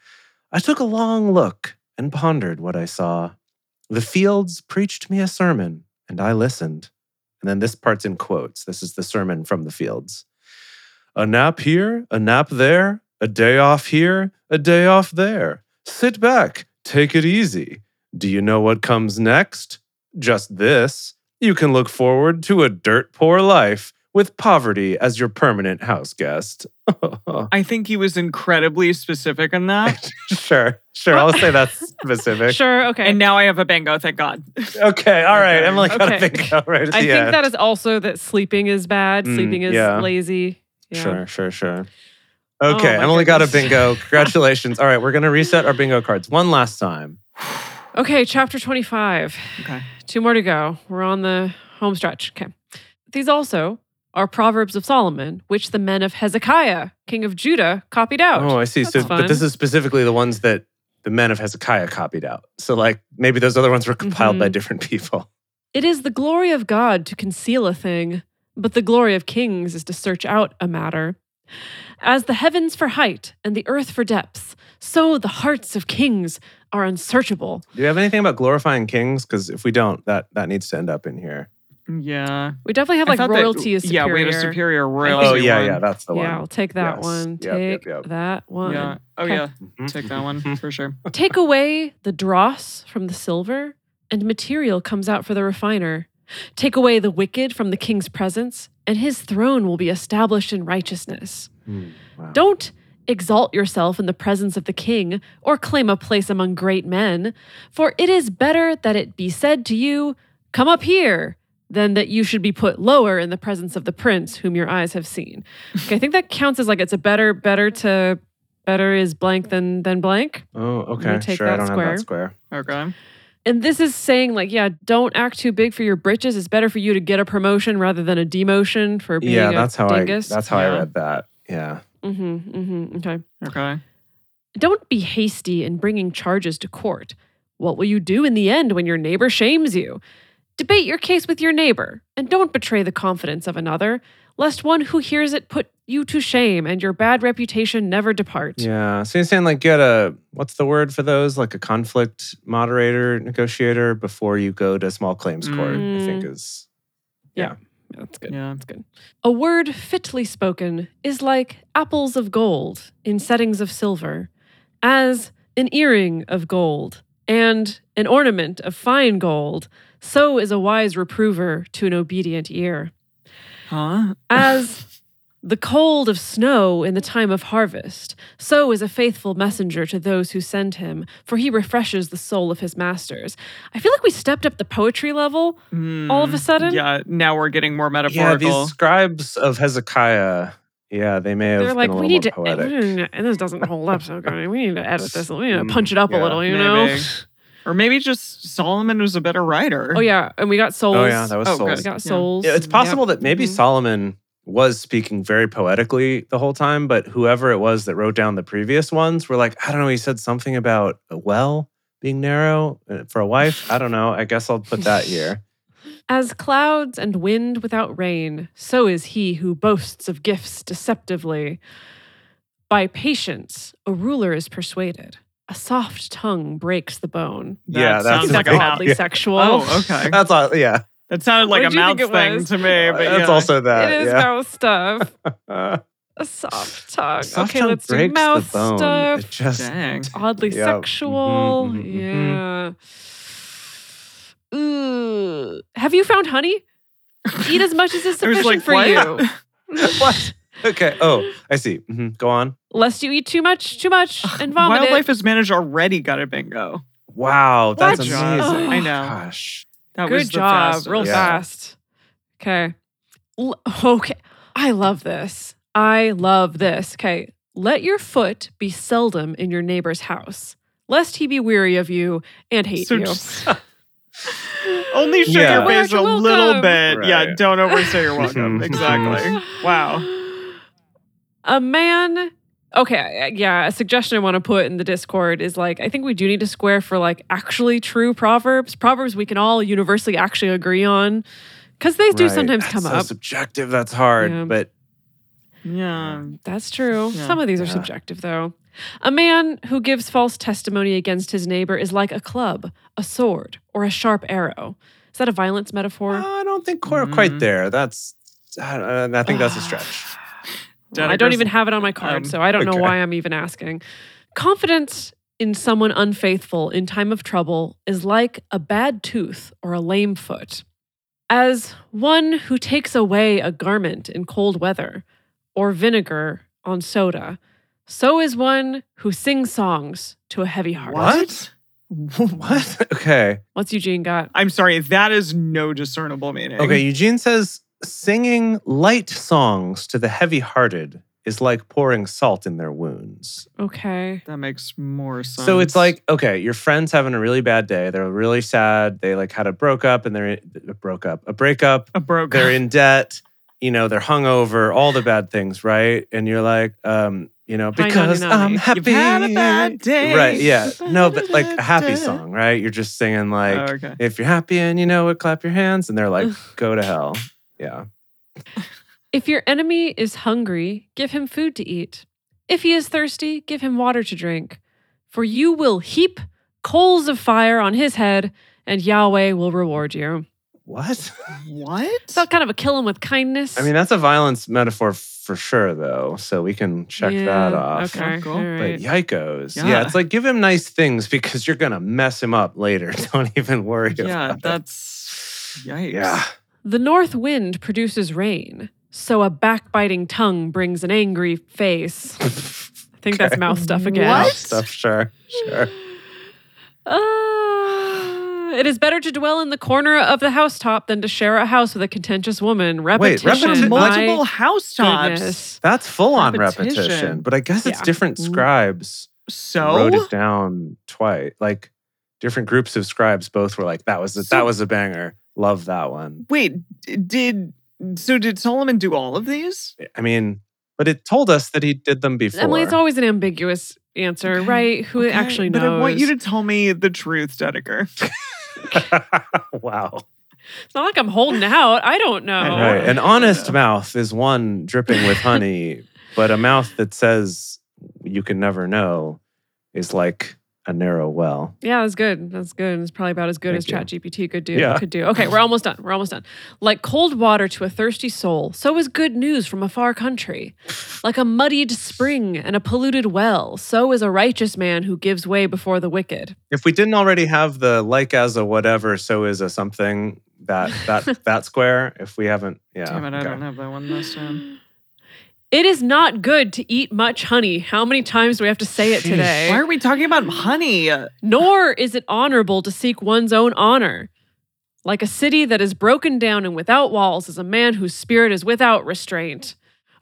Speaker 3: I took a long look and pondered what I saw. The fields preached me a sermon, and I listened. And then this part's in quotes. This is the sermon from the fields. A nap here, a nap there, a day off here, a day off there. Sit back, take it easy. Do you know what comes next? Just this. You can look forward to a dirt poor life with poverty as your permanent house guest.
Speaker 2: I think he was incredibly specific on that.
Speaker 3: sure, sure. I'll say that's specific.
Speaker 4: Sure. Okay.
Speaker 2: and now I have a bingo, thank God.
Speaker 3: Okay, all right.
Speaker 2: Okay,
Speaker 3: Emily got
Speaker 4: okay.
Speaker 3: to think out right at the
Speaker 4: I think
Speaker 3: end.
Speaker 4: that is also that sleeping is bad.
Speaker 3: Mm,
Speaker 4: sleeping is
Speaker 3: yeah.
Speaker 4: lazy. Yeah.
Speaker 3: Sure, sure, sure.
Speaker 4: Oh,
Speaker 3: Okay,
Speaker 4: my
Speaker 3: Emily got a
Speaker 4: goodness.
Speaker 3: bingo. Congratulations. All right, we're going to reset our bingo cards one last time.
Speaker 4: Okay. Chapter 25.
Speaker 2: Okay.
Speaker 4: Two more to go. We're on the home stretch. Okay. These also are Proverbs of Solomon, which the men of Hezekiah, king of Judah, copied out.
Speaker 3: Oh, I see. so,
Speaker 4: That's
Speaker 3: but this
Speaker 4: fun.
Speaker 3: is specifically the ones that the men of Hezekiah copied out. So, like, maybe those other ones were compiled by
Speaker 4: Mhm.
Speaker 3: different people.
Speaker 4: It is the glory of God to conceal a thing, but the glory of kings is to search out a matter. As the heavens for height and the earth for depths, so the hearts of kings are unsearchable.
Speaker 3: Do you have anything about glorifying kings? Because if we don't, that that needs to end up in here.
Speaker 2: Yeah.
Speaker 4: We definitely have
Speaker 2: I
Speaker 4: like
Speaker 2: thought that-
Speaker 4: royalty is
Speaker 2: Yeah,
Speaker 4: superior.
Speaker 2: we had a superior royalty.
Speaker 3: Oh, yeah,
Speaker 2: one.
Speaker 3: yeah, that's the one.
Speaker 4: Yeah, I'll take that
Speaker 3: Yes.
Speaker 4: one.
Speaker 3: Yep, yep,
Speaker 4: Take
Speaker 3: yep.
Speaker 4: that one.
Speaker 2: Yeah. Oh,
Speaker 4: Okay.
Speaker 2: yeah.
Speaker 3: Mhm,
Speaker 2: Take that
Speaker 3: mhm,
Speaker 2: one
Speaker 3: mhm.
Speaker 2: for sure.
Speaker 4: Take away the dross from the silver, and material comes out for the refiner. Take away the wicked from the king's presence, and his throne will be established in righteousness.
Speaker 3: Hmm, wow.
Speaker 4: Don't exalt yourself in the presence of the king or claim a place among great men, for it is better that it be said to you, Come up here, than that you should be put lower in the presence of the prince whom your eyes have seen. Okay, I think that counts as like it's a better, better to better is blank than than blank.
Speaker 3: Oh, okay.
Speaker 4: gonna take
Speaker 3: sure. I
Speaker 4: that
Speaker 3: don't have
Speaker 4: square.
Speaker 3: that square.
Speaker 2: Okay.
Speaker 4: And this is saying like, yeah, don't act too big for your britches. It's better for you to get a promotion rather than a demotion for being
Speaker 3: Yeah,
Speaker 4: a
Speaker 3: that's how
Speaker 4: dingus.
Speaker 3: I that's how I
Speaker 2: Yeah.
Speaker 3: read that. Yeah.
Speaker 4: hmm hmm okay.
Speaker 2: Okay.
Speaker 4: Don't be hasty in bringing charges to court. What will you do in the end when your neighbor shames you? Debate your case with your neighbor, and don't betray the confidence of another, lest one who hears it put you to shame and your bad reputation never depart.
Speaker 3: Yeah. So you're saying like get a what's the word for those? Like a conflict moderator, negotiator before you go to small claims court, I
Speaker 4: Mm.
Speaker 3: think is
Speaker 4: That's good.
Speaker 2: Yeah.
Speaker 4: That's good. A word fitly spoken is like apples of gold in settings of silver, as an earring of gold and an ornament of fine gold, so is a wise reprover to an obedient ear.
Speaker 2: Huh?
Speaker 4: As the cold of snow in the time of harvest, so is a faithful messenger to those who send him, for he refreshes the soul of his masters. I feel like we stepped up the poetry level. All of
Speaker 2: Mm.
Speaker 4: a sudden?
Speaker 2: Yeah. Now we're getting more
Speaker 3: Yeah,
Speaker 2: metaphorical.
Speaker 3: these scribes of Hezekiah, yeah, they may have
Speaker 4: They're
Speaker 3: been
Speaker 4: like,
Speaker 3: a little
Speaker 4: we need to,
Speaker 3: more poetic.
Speaker 4: and this doesn't hold up so good. We need to edit this. We need to
Speaker 3: Mm,
Speaker 4: punch it up
Speaker 3: yeah,
Speaker 4: a little, you
Speaker 2: maybe.
Speaker 4: know?
Speaker 2: Or maybe just Solomon was a better writer.
Speaker 4: Oh, yeah. And we got souls.
Speaker 3: Oh yeah, that was
Speaker 2: Oh,
Speaker 3: souls.
Speaker 4: we
Speaker 2: good. Yeah.
Speaker 4: got souls.
Speaker 3: Yeah, it's possible that maybe
Speaker 4: Mhm.
Speaker 3: Solomon was speaking very poetically the whole time, but whoever it was that wrote down the previous ones were like, I don't know, he said something about a well being narrow uh, for a wife. I don't know. I guess I'll put that here.
Speaker 4: As clouds and wind without rain, so is he who boasts of gifts deceptively. By patience, a ruler is persuaded. A soft tongue breaks the bone.
Speaker 2: That
Speaker 3: yeah, that's
Speaker 2: sounds
Speaker 4: He's like
Speaker 2: like
Speaker 3: a-
Speaker 2: a
Speaker 4: oddly
Speaker 3: yeah.
Speaker 4: sexual.
Speaker 2: Oh, okay.
Speaker 3: That's all. Yeah.
Speaker 2: That sounded like
Speaker 4: What
Speaker 2: a
Speaker 4: did you think
Speaker 2: mouth
Speaker 4: it
Speaker 2: thing
Speaker 4: was?
Speaker 2: to me. But
Speaker 3: That's
Speaker 2: yeah.
Speaker 3: also that.
Speaker 4: it is
Speaker 3: yeah.
Speaker 4: mouth stuff.
Speaker 3: Uh,
Speaker 4: A soft tongue.
Speaker 3: soft
Speaker 4: okay,
Speaker 3: tongue
Speaker 4: let's do
Speaker 3: breaks the
Speaker 4: mouth
Speaker 3: bone.
Speaker 4: stuff.
Speaker 3: It just
Speaker 2: Dang.
Speaker 4: oddly
Speaker 3: Yeah. Mhm,
Speaker 4: sexual.
Speaker 3: mhm, mhm. mm-hmm.
Speaker 4: Yeah. Ooh. Have you found honey? Eat as much as is
Speaker 2: I was
Speaker 4: sufficient
Speaker 2: like,
Speaker 4: for
Speaker 2: what?
Speaker 4: you.
Speaker 3: what? Okay. Oh, I see. hmm Go on.
Speaker 4: Lest you eat too much, too much, and vomit. it.
Speaker 2: Wildlife is managed already got a bingo.
Speaker 3: Wow, that's
Speaker 4: What?
Speaker 3: amazing.
Speaker 4: Oh.
Speaker 2: I know.
Speaker 3: Gosh.
Speaker 2: That
Speaker 4: Good
Speaker 2: was the
Speaker 4: job,
Speaker 2: fastest.
Speaker 4: real
Speaker 3: Yeah.
Speaker 4: fast. Okay. L- okay. I love this. I love this. Okay. Let your foot be seldom in your neighbor's house, lest he be weary of you and hate
Speaker 2: So
Speaker 4: you.
Speaker 2: just- only show
Speaker 3: Yeah.
Speaker 2: your face a
Speaker 4: You're welcome.
Speaker 2: little bit. Yeah,
Speaker 3: Right.
Speaker 2: don't overstay your welcome.
Speaker 3: Mhm.
Speaker 2: exactly. Wow.
Speaker 4: A man. Okay, yeah, a suggestion I want to put in the Discord is like I think we do need to square for like actually true proverbs, proverbs we can all universally actually agree on cuz they do
Speaker 3: Right.
Speaker 4: sometimes
Speaker 3: That's
Speaker 4: come
Speaker 3: so
Speaker 4: up.
Speaker 3: Subjective. That's hard,
Speaker 4: Yeah.
Speaker 3: but
Speaker 2: Yeah.
Speaker 4: That's true.
Speaker 2: Yeah.
Speaker 4: Some of these are
Speaker 3: Yeah.
Speaker 4: subjective, though. A man who gives false testimony against his neighbor is like a club, a sword, or a sharp arrow. Is that a violence metaphor?
Speaker 3: I don't think we're
Speaker 2: Mhm.
Speaker 4: Mm-hmm.
Speaker 3: quite there. That's. I, don't- uh, I think that's a stretch.
Speaker 4: I don't even have it on my
Speaker 2: Um,
Speaker 4: card, so I don't know
Speaker 3: okay.
Speaker 4: why I'm even asking. Confidence in someone unfaithful in time of trouble is like a bad tooth or a lame foot. As one who takes away a garment in cold weather or vinegar on soda, so is one who sings songs to a heavy heart.
Speaker 3: What? what? Okay.
Speaker 4: What's Eugene got?
Speaker 2: I'm sorry. That is no discernible meaning.
Speaker 3: Okay. Eugene says singing light songs to the heavy-hearted is like pouring salt in their wounds.
Speaker 4: Okay.
Speaker 2: That makes more sense.
Speaker 3: So it's like, okay, your friend's having a really bad day. They're really sad. They like had a broke up and they're in- broke up, a breakup.
Speaker 2: a broke.
Speaker 3: They're in debt. You know, they're hungover, all the bad things, right? And you're like, um, you know,
Speaker 4: Hi,
Speaker 3: because
Speaker 4: Nani, Nani.
Speaker 3: I'm happy.
Speaker 2: You've had a bad day.
Speaker 3: Right. Yeah. No, but like a happy
Speaker 2: Bad
Speaker 3: song, right? You're just singing like,
Speaker 2: Oh, okay.
Speaker 3: if you're happy and you know it, clap your hands. And they're like, go to hell. Yeah.
Speaker 4: If your enemy is hungry, give him food to eat. If he is thirsty, give him water to drink. For you will heap coals of fire on his head, and Yahweh will reward you.
Speaker 3: What?
Speaker 2: What?
Speaker 4: So kind of a kill him with kindness.
Speaker 3: I mean, that's a violence metaphor for sure, though. So we can check that
Speaker 4: Yeah,
Speaker 3: off.
Speaker 4: Okay.
Speaker 2: Oh, cool.
Speaker 4: all
Speaker 3: But
Speaker 4: right.
Speaker 3: yikos. Yeah.
Speaker 2: Yeah.
Speaker 3: It's like give him nice things because you're going to mess him up later. Don't even worry
Speaker 2: yeah,
Speaker 3: about
Speaker 2: that's
Speaker 3: it.
Speaker 2: yikes.
Speaker 3: Yeah.
Speaker 4: The north wind produces rain, so a backbiting tongue brings an angry face. I think that's
Speaker 3: Okay.
Speaker 4: mouth stuff again.
Speaker 2: What?
Speaker 3: Mouth Stuff, sure. Sure.
Speaker 4: Ah, it is better to dwell in the corner of the housetop than to share a house with a contentious woman. Repetition.
Speaker 3: repeti-
Speaker 4: my
Speaker 2: Multiple housetops.
Speaker 4: goodness.
Speaker 3: That's full on
Speaker 2: Repetition.
Speaker 3: repetition. But I guess it's
Speaker 4: Yeah.
Speaker 3: different scribes
Speaker 2: So
Speaker 3: wrote it down twice. Like different groups of scribes both were like, that was a, that
Speaker 2: So-
Speaker 3: was a banger. Love that one.
Speaker 2: wait, d- did so did Solomon do all of these?
Speaker 3: I mean, but it told us that he did them before.
Speaker 4: Emily, it's always an ambiguous answer,
Speaker 2: Okay.
Speaker 4: right? Who
Speaker 2: Okay,
Speaker 4: actually knows?
Speaker 2: But I want you to tell me the truth, Dedeker.
Speaker 3: wow.
Speaker 4: It's not like I'm holding out. I don't know.
Speaker 2: Oh.
Speaker 3: Right. An honest
Speaker 2: Yeah.
Speaker 3: mouth is one dripping with honey, but a mouth that says you can never know is like a narrow well.
Speaker 4: Yeah, that's good. That's good. It's probably about as good
Speaker 3: Thank
Speaker 4: as
Speaker 3: you.
Speaker 4: ChatGPT could do.
Speaker 3: Yeah.
Speaker 4: Could do. Okay, we're almost done. We're almost done. Like cold water to a thirsty soul, so is good news from a far country. Like a muddied spring and a polluted well, so is a righteous man who gives way before the wicked.
Speaker 3: If we didn't already have the like as a whatever, so is a something that that that square. If we haven't, yeah,
Speaker 2: Damn it, I
Speaker 3: okay.
Speaker 2: don't have that one this time.
Speaker 4: It is not good to eat much honey. How many times do we have to say it
Speaker 3: Jeez.
Speaker 4: today?
Speaker 2: Why are we talking about honey?
Speaker 4: Nor is it honorable to seek one's own honor. Like a city that is broken down and without walls is a man whose spirit is without restraint.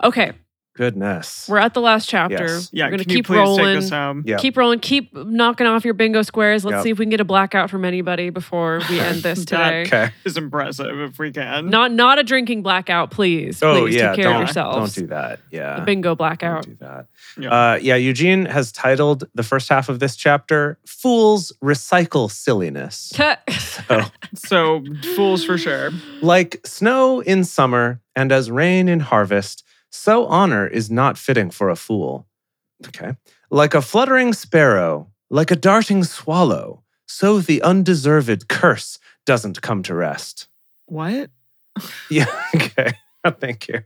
Speaker 4: Okay,
Speaker 3: Goodness,
Speaker 4: we're at the last chapter.
Speaker 3: Yes.
Speaker 2: Yeah,
Speaker 4: we're gonna
Speaker 2: can you
Speaker 4: keep
Speaker 2: please
Speaker 4: rolling.
Speaker 2: take us home?
Speaker 3: Yeah.
Speaker 4: Keep rolling. Keep knocking off your bingo squares. Let's
Speaker 3: Yep.
Speaker 4: see if we can get a blackout from anybody before we end this today.
Speaker 2: That-
Speaker 3: okay.
Speaker 2: It's impressive if we can.
Speaker 4: Not not a drinking blackout, please.
Speaker 3: Oh
Speaker 4: please
Speaker 3: yeah,
Speaker 4: take care
Speaker 3: don't,
Speaker 4: of yourselves.
Speaker 3: don't do that. Yeah,
Speaker 4: A bingo blackout.
Speaker 3: Don't do that.
Speaker 2: Yeah.
Speaker 3: Uh, yeah, Eugene has titled the first half of this chapter "Fools Recycle Silliness." So,
Speaker 2: so fools for sure.
Speaker 3: like snow in summer and as rain in harvest, so honor is not fitting for a fool. Okay. Like a fluttering sparrow, like a darting swallow, so the undeserved curse doesn't come to rest.
Speaker 2: What?
Speaker 3: Yeah. Okay. Thank you.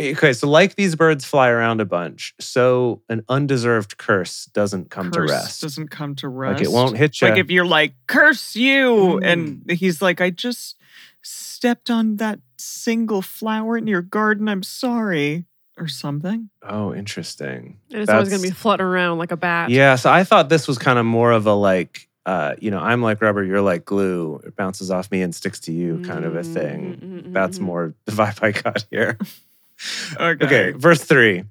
Speaker 3: Okay. So, like these birds fly around a bunch, so an undeserved curse doesn't come to
Speaker 2: Curse
Speaker 3: rest.
Speaker 2: Doesn't come to rest.
Speaker 3: Like it won't hit you.
Speaker 2: Like if you're like, curse you, and he's like, I just stepped on that single flower in your garden. I'm sorry, or something.
Speaker 3: oh, interesting.
Speaker 4: and it's
Speaker 3: That's-
Speaker 4: always gonna be fluttering around like a bat.
Speaker 3: Yeah, so I thought this was kind of more of a like uh, you know, I'm like rubber, you're like glue. It bounces off me and sticks to you, kind of a thing.
Speaker 4: Mm, Mm-hmm.
Speaker 3: That's more the vibe I got here.
Speaker 2: Okay.
Speaker 3: Okay, verse three.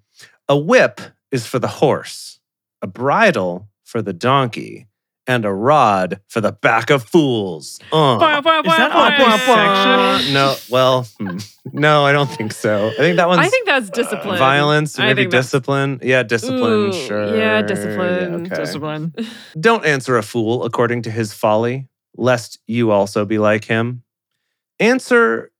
Speaker 3: A whip is for the horse, a bridle for the donkey, and a rod for the back of fools. Uh.
Speaker 2: Is that like
Speaker 3: Wah,
Speaker 2: a
Speaker 3: wah.
Speaker 2: section?
Speaker 3: No, well, hmm. no, I don't think so. I think that one's uh,
Speaker 4: I think that's discipline.
Speaker 3: violence,
Speaker 4: I
Speaker 3: maybe
Speaker 4: think that's-
Speaker 3: discipline. Yeah, discipline,
Speaker 4: Ooh,
Speaker 3: sure.
Speaker 4: yeah, discipline.
Speaker 3: okay.
Speaker 2: Discipline.
Speaker 3: Don't answer a fool according to his folly, lest you also be like him. Answer,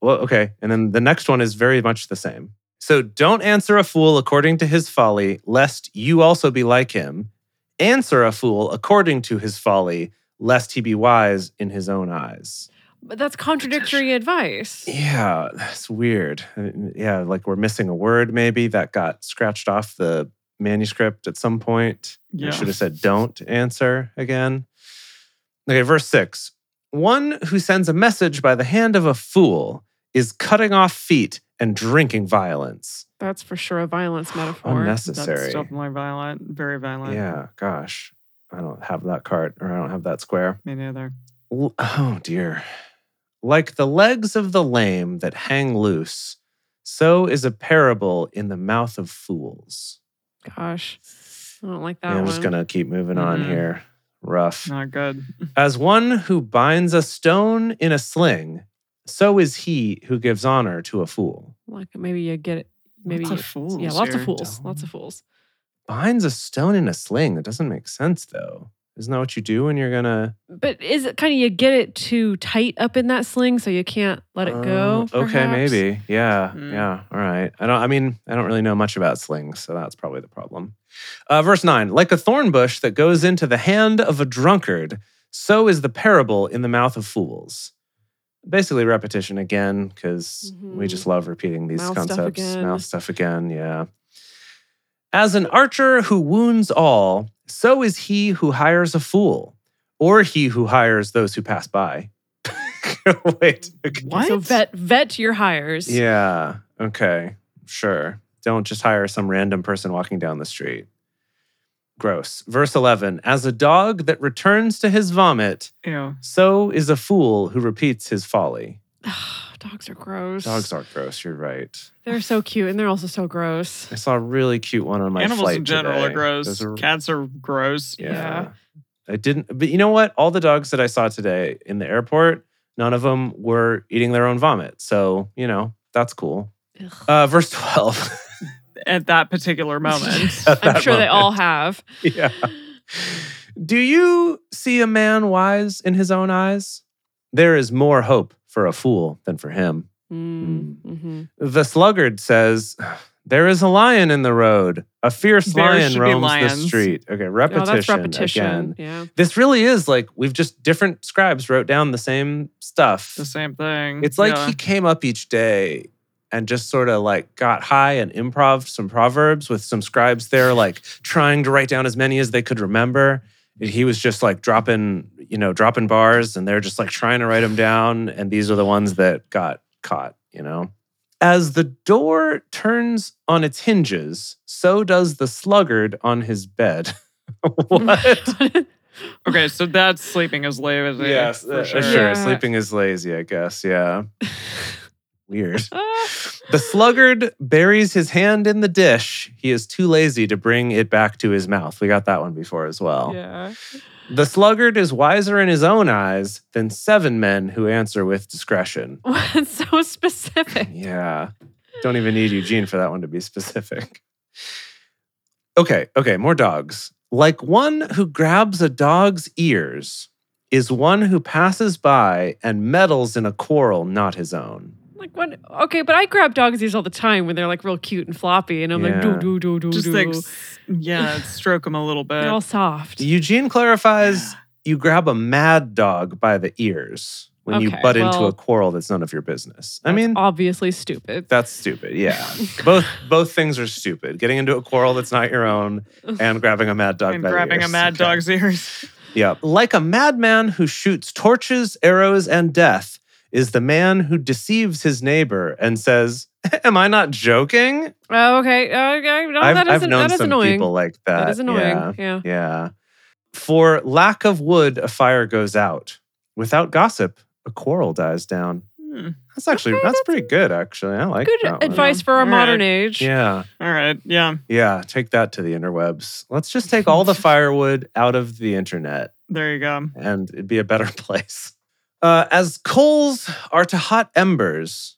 Speaker 3: well, okay. And then the next one is very much the same. So don't answer a fool according to his folly, lest you also be like him. Answer a fool according to his folly, lest he be wise in his own eyes.
Speaker 4: But that's contradictory advice.
Speaker 3: Yeah, that's weird. I mean, Yeah, like we're missing a word maybe that got scratched off the manuscript at some point. I
Speaker 2: Yeah.
Speaker 3: should have said don't answer again. Okay, verse six. One who sends a message by the hand of a fool is cutting off feet and drinking violence.
Speaker 4: That's for sure a violence metaphor.
Speaker 2: That's
Speaker 3: Unnecessary.
Speaker 2: definitely violent. Very violent.
Speaker 3: Yeah, gosh. I don't have that cart or I don't have that square.
Speaker 2: Me neither.
Speaker 3: L- Oh dear. Like the legs of the lame that hang loose, so is a parable in the mouth of fools.
Speaker 4: Gosh, I don't like that
Speaker 3: Yeah, I'm
Speaker 4: one.
Speaker 3: just going to keep moving on
Speaker 2: Mhm.
Speaker 3: here. Rough.
Speaker 2: Not good.
Speaker 3: As one who binds a stone in a sling, so is he who gives honor to a fool.
Speaker 4: like maybe you get it. Maybe
Speaker 2: Lots
Speaker 4: you,
Speaker 2: of fools
Speaker 4: yeah, lots of
Speaker 2: here.
Speaker 4: fools, lots of fools.
Speaker 3: Binds a stone in a sling. That doesn't make sense, though. Isn't that what you do when you're going to?
Speaker 4: But is it kind of you get it too tight up in that sling so you can't let it
Speaker 3: Um,
Speaker 4: go?
Speaker 3: Uh, okay,
Speaker 4: perhaps? Hmm.
Speaker 3: maybe. Yeah.
Speaker 2: Mm.
Speaker 3: Yeah. All right. I don't. I mean, I don't really know much about slings, so that's probably the problem. Uh, verse nine: Like a thorn bush that goes into the hand of a drunkard, so is the parable in the mouth of fools. Basically, repetition again, because we
Speaker 4: Mhm.
Speaker 3: just love repeating these
Speaker 4: Mouth stuff
Speaker 3: concepts.
Speaker 4: again.
Speaker 3: Mouth stuff again. Yeah. As an archer who wounds all, so is he who hires a fool, or he who hires those who pass by. Wait.
Speaker 4: Mm-hmm.
Speaker 3: okay.
Speaker 2: What?
Speaker 4: So vet vet your hires.
Speaker 3: Yeah. Okay. Sure. Don't just hire some random person walking down the street. Gross. Verse 11 As a dog that returns to his vomit,
Speaker 2: Ew.
Speaker 3: so is a fool who repeats his folly.
Speaker 4: Dogs are gross.
Speaker 3: Dogs are gross. You're right.
Speaker 4: They're so cute and they're also so gross.
Speaker 3: I saw a really cute one on my
Speaker 2: Animals
Speaker 3: flight
Speaker 2: in general
Speaker 3: today.
Speaker 2: are gross.
Speaker 3: Those are-
Speaker 2: Cats are gross.
Speaker 3: yeah.
Speaker 4: Yeah.
Speaker 3: I didn't, but you know what? All the dogs that I saw today in the airport, none of them were eating their own vomit. So, you know, that's cool.
Speaker 4: Ugh.
Speaker 3: Uh, verse 12.
Speaker 2: At that particular moment.
Speaker 3: At
Speaker 4: I'm
Speaker 3: that
Speaker 4: sure they
Speaker 3: moment.
Speaker 4: all have.
Speaker 3: yeah. Do you see a man wise in his own eyes? There is more hope for a fool than for him.
Speaker 4: Mm, mhm.
Speaker 3: The sluggard says, There is a lion in the road. A fierce
Speaker 2: There
Speaker 3: lion
Speaker 2: should be
Speaker 3: roams the
Speaker 2: lions."
Speaker 3: street. Okay, repetition.
Speaker 4: Oh, that's repetition.
Speaker 3: Again.
Speaker 4: Yeah.
Speaker 3: This really is like we've just different scribes wrote down the same stuff.
Speaker 2: the same thing.
Speaker 3: It's like
Speaker 2: Mm-hmm. Yeah.
Speaker 3: he came up each day and just sort of like got high and improv some proverbs with some scribes there, like trying to write down as many as they could remember. And he was just like dropping, you know, dropping bars, and they're just like trying to write them down. And these are the ones that got caught, you know. As the door turns on its hinges, so does the sluggard on his bed. what?
Speaker 2: Okay, so that's sleeping is lazy.
Speaker 3: yes,
Speaker 2: for
Speaker 3: uh,
Speaker 2: sure.
Speaker 3: sure.
Speaker 4: Yeah.
Speaker 3: Sleeping is lazy, I guess. Yeah. Weird.
Speaker 4: Ah.
Speaker 3: The sluggard buries his hand in the dish. He is too lazy to bring it back to his mouth. We got that one before as well.
Speaker 4: yeah.
Speaker 3: The sluggard is wiser in his own eyes than seven men who answer with discretion.
Speaker 4: It's so specific.
Speaker 3: Yeah. Don't even need Eugene for that one to be specific. Okay, okay, more dogs. Like one who grabs a dog's ears is one who passes by and meddles in a quarrel not his own.
Speaker 4: Like when okay, but I grab dog's ears all the time when they're like real cute and floppy, and I'm like
Speaker 3: Yeah.
Speaker 4: do do do do
Speaker 2: Just
Speaker 4: do.
Speaker 2: like, s- yeah, stroke him a little bit.
Speaker 4: they're
Speaker 3: uh,
Speaker 4: all soft.
Speaker 3: Eugene clarifies you grab a mad dog by the ears when you
Speaker 4: Okay,
Speaker 3: butt into
Speaker 4: well-
Speaker 3: a quarrel that's none of your business. I
Speaker 4: That's
Speaker 3: mean,
Speaker 4: obviously stupid.
Speaker 3: that's stupid. Yeah. both both things are stupid. Getting into a quarrel that's not your own and grabbing a mad dog
Speaker 2: and
Speaker 3: by the
Speaker 2: grabbing a
Speaker 3: ears.
Speaker 2: mad
Speaker 3: Okay.
Speaker 2: dog's ears.
Speaker 3: Yeah. Like a madman who shoots torches, arrows, and death is the man who deceives his neighbor and says, Am I not joking?
Speaker 4: Oh, okay, okay, no,
Speaker 3: I've,
Speaker 4: that
Speaker 3: I've
Speaker 4: isn't-
Speaker 3: known
Speaker 4: that is
Speaker 3: some
Speaker 4: annoying.
Speaker 3: people like that.
Speaker 4: that is annoying.
Speaker 3: Yeah.
Speaker 4: Yeah.
Speaker 3: Yeah. For lack of wood, a fire goes out. Without gossip, a quarrel dies down.
Speaker 2: Hmm.
Speaker 3: That's actually
Speaker 4: Okay,
Speaker 3: that's,
Speaker 4: that's-
Speaker 3: pretty good. Actually, I like that
Speaker 4: Good
Speaker 3: one.
Speaker 4: advice for our
Speaker 2: All right.
Speaker 4: modern age.
Speaker 3: Yeah,
Speaker 2: All right. Yeah.
Speaker 3: yeah. Take that to the interwebs. Let's just take all the firewood out of the internet.
Speaker 2: There you go.
Speaker 3: and it'd be a better place. Uh, as coals are to hot embers,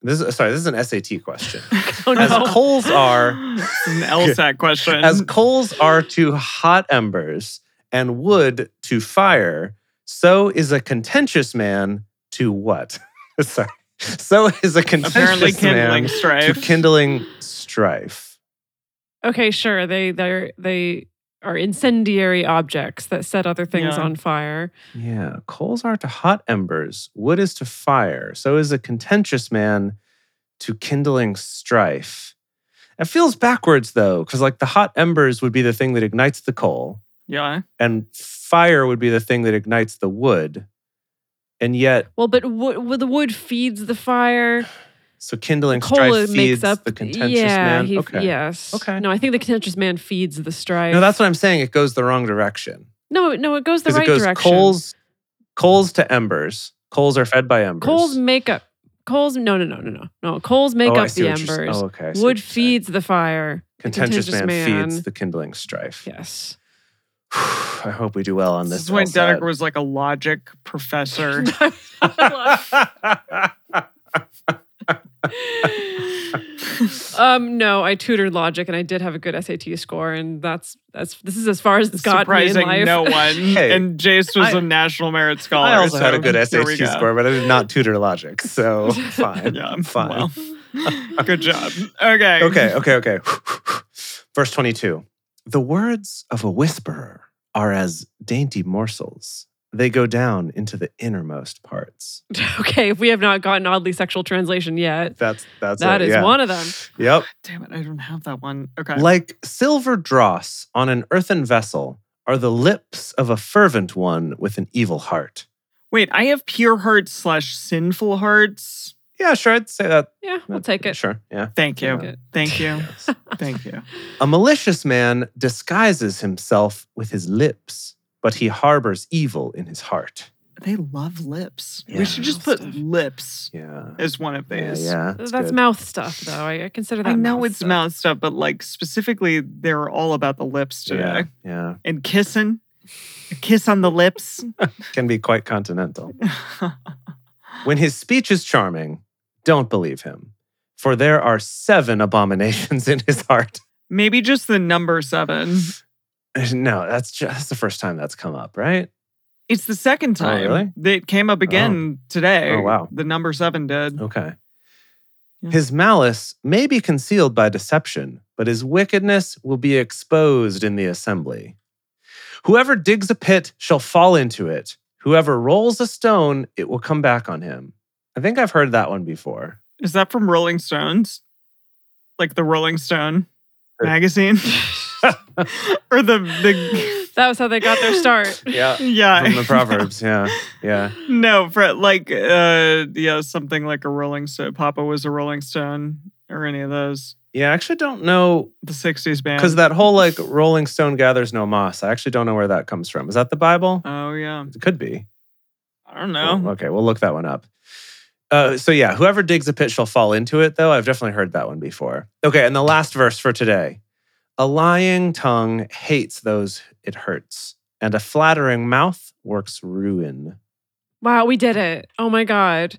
Speaker 3: this is sorry, this is an SAT question.
Speaker 4: Oh
Speaker 3: As
Speaker 4: no.
Speaker 3: coals are,
Speaker 2: It's an LSAT question.
Speaker 3: as coals are to hot embers, and wood to fire, so is a contentious man to what? sorry, so is a contentious
Speaker 2: apparently
Speaker 3: man
Speaker 2: kindling
Speaker 3: to
Speaker 2: strife.
Speaker 3: kindling strife.
Speaker 4: Okay, sure. They they they are incendiary objects that set other things
Speaker 2: Yeah.
Speaker 4: on fire.
Speaker 3: Yeah, coals are to hot embers, wood is to fire. So is a contentious man to kindling strife. It feels backwards though, because like the hot embers would be the thing that ignites the coal,
Speaker 2: yeah.
Speaker 3: and fire would be the thing that ignites the wood. And yet,
Speaker 4: Well, but wo- wo- the wood feeds the fire.
Speaker 3: so kindling
Speaker 4: Coal
Speaker 3: strife
Speaker 4: makes
Speaker 3: feeds
Speaker 4: up
Speaker 3: the contentious
Speaker 4: yeah,
Speaker 3: man.
Speaker 4: he-
Speaker 3: okay.
Speaker 4: Yes.
Speaker 3: Okay.
Speaker 4: No, I think the contentious man feeds the strife.
Speaker 3: No, that's what I'm saying. It goes the wrong direction
Speaker 4: no, no. It goes the
Speaker 3: because
Speaker 4: right
Speaker 3: it goes
Speaker 4: direction.
Speaker 3: coals, coals to embers. Coals are fed by embers.
Speaker 4: coals make up. Coals. No, no, no, no, no, no. Coals make
Speaker 3: Oh, I
Speaker 4: up
Speaker 3: see
Speaker 4: the
Speaker 3: what you're s-
Speaker 4: embers.
Speaker 3: Oh, okay. I see what
Speaker 4: wood
Speaker 3: you're saying.
Speaker 4: feeds the fire. The
Speaker 3: contentious, man, feeds
Speaker 4: man-
Speaker 3: the kindling strife.
Speaker 4: Yes.
Speaker 3: I hope we do well on
Speaker 2: This
Speaker 3: this.
Speaker 2: is when
Speaker 3: LSAT.
Speaker 2: Dedeker was like a logic professor.
Speaker 4: um, no, I tutored logic and I did have a good SAT score, and that's that's this is as far as it's got me in
Speaker 2: Surprising
Speaker 4: life.
Speaker 2: no one.
Speaker 3: Hey,
Speaker 2: and Jace was
Speaker 3: I-
Speaker 2: a national merit scholar.
Speaker 3: I also had a
Speaker 2: so
Speaker 3: good
Speaker 2: here we
Speaker 3: SAT
Speaker 2: go.
Speaker 3: score, but I did not tutor logic, so fine.
Speaker 2: Yeah,
Speaker 3: fine.
Speaker 2: well. Good job. Okay.
Speaker 3: Okay, okay, okay. Verse 22. The words of a whisperer are as dainty morsels. They go down into the innermost parts.
Speaker 4: okay, if we have not gotten oddly sexual translation yet,
Speaker 3: That's that's
Speaker 4: that
Speaker 3: it,
Speaker 4: is
Speaker 3: yeah.
Speaker 4: one of them.
Speaker 3: Yep.
Speaker 2: Damn it, I don't have that one. Okay.
Speaker 3: Like silver dross on an earthen vessel are the lips of a fervent one with an evil heart.
Speaker 2: Wait, I have pure hearts slash sinful hearts.
Speaker 3: Yeah, sure. I'd say that.
Speaker 4: Yeah, we'll take it.
Speaker 3: Sure. Yeah.
Speaker 2: Thank you.
Speaker 4: Take it.
Speaker 2: Thank you. Thank you.
Speaker 3: A malicious man disguises himself with his lips, but he harbors evil in his heart.
Speaker 2: They love lips.
Speaker 3: Yeah.
Speaker 2: We should just put
Speaker 4: Stuff.
Speaker 2: lips
Speaker 3: Yeah.
Speaker 2: as one of
Speaker 3: Yeah.
Speaker 2: these.
Speaker 3: yeah,
Speaker 4: That's,
Speaker 3: good.
Speaker 4: mouth stuff, though. I, I consider that.
Speaker 2: I know
Speaker 4: mouth
Speaker 2: it's
Speaker 4: stuff.
Speaker 2: mouth stuff, but like specifically, they're all about the lips today
Speaker 3: Yeah. Yeah.
Speaker 2: and kissing. A kiss on the lips.
Speaker 3: Can be quite continental. When his speech is charming, don't believe him, for there are seven abominations in his heart.
Speaker 2: Maybe just the number seven.
Speaker 3: No, that's just that's the first time that's come up, right?
Speaker 2: It's the second time
Speaker 3: Oh, really?
Speaker 2: that it came up again today.
Speaker 3: Oh, wow.
Speaker 2: The number seven did.
Speaker 3: Okay.
Speaker 2: Yeah.
Speaker 3: His malice may be concealed by deception, but his wickedness will be exposed in the assembly. Whoever digs a pit shall fall into it. Whoever rolls a stone, it will come back on him. I think I've heard that one before.
Speaker 2: Is that from Rolling Stones? Like the Rolling Stone
Speaker 3: Sure.
Speaker 2: magazine? or the, the
Speaker 4: That was how they got their start.
Speaker 3: Yeah.
Speaker 2: yeah.
Speaker 3: From the Proverbs. Yeah. Yeah.
Speaker 2: No, for like uh yeah, something like a Rolling Stone. Papa was a Rolling Stone or any of those.
Speaker 3: Yeah. I actually don't know
Speaker 2: The sixties band.
Speaker 3: because that whole like rolling stone gathers no moss. I actually don't know where that comes from. Is that the Bible?
Speaker 2: Oh yeah.
Speaker 3: It could be.
Speaker 2: I don't
Speaker 3: Cool.
Speaker 2: know.
Speaker 3: Okay, we'll look that one up. Uh, so yeah, whoever digs a pit shall fall into it. Though I've definitely heard that one before. Okay, and the last verse for today: a lying tongue hates those it hurts, and a flattering mouth works ruin.
Speaker 4: Wow, we did it. Oh my god.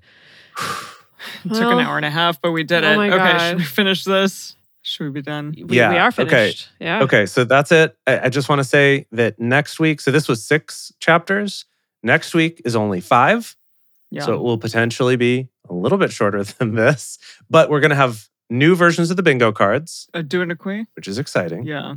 Speaker 2: It took
Speaker 4: Well,
Speaker 2: an hour and a half, but we did
Speaker 4: oh
Speaker 2: it.
Speaker 4: my
Speaker 2: okay,
Speaker 4: God.
Speaker 2: should we finish this? Should we be done?
Speaker 4: We,
Speaker 3: Yeah,
Speaker 4: we are
Speaker 3: okay.
Speaker 4: finished. Yeah.
Speaker 3: Okay, so that's it. I, I just want to say that next week. So this was six chapters. Next week is only five.
Speaker 2: Yeah.
Speaker 3: So it will potentially be a little bit shorter than this, but we're going to have new versions of the bingo cards,
Speaker 2: uh, doing a queen?
Speaker 3: which is exciting.
Speaker 2: Yeah.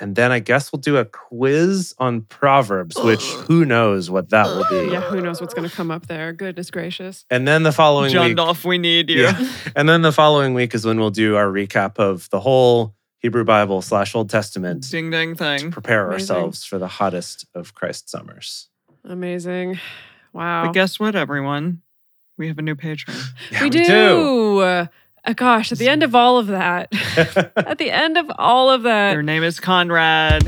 Speaker 3: And then I guess we'll do a quiz on Proverbs, which
Speaker 2: Ugh.
Speaker 3: who knows what that will be.
Speaker 4: Yeah, who knows what's going to come up there? Goodness gracious.
Speaker 3: And then the following
Speaker 2: John
Speaker 3: week,
Speaker 2: Dolph, we need you.
Speaker 3: Yeah. and then the following week is when we'll do our recap of the whole Hebrew Bible slash Old Testament
Speaker 2: Ding dang
Speaker 3: to
Speaker 2: thing.
Speaker 3: prepare
Speaker 4: Amazing.
Speaker 3: ourselves for the hottest of Christ's summers.
Speaker 4: Amazing. Wow.
Speaker 2: But guess what, everyone? We have a new patron.
Speaker 3: Yeah,
Speaker 4: we, do. Uh, gosh, at the end of all of that, at the end of all of that,
Speaker 2: Their name is Conrad.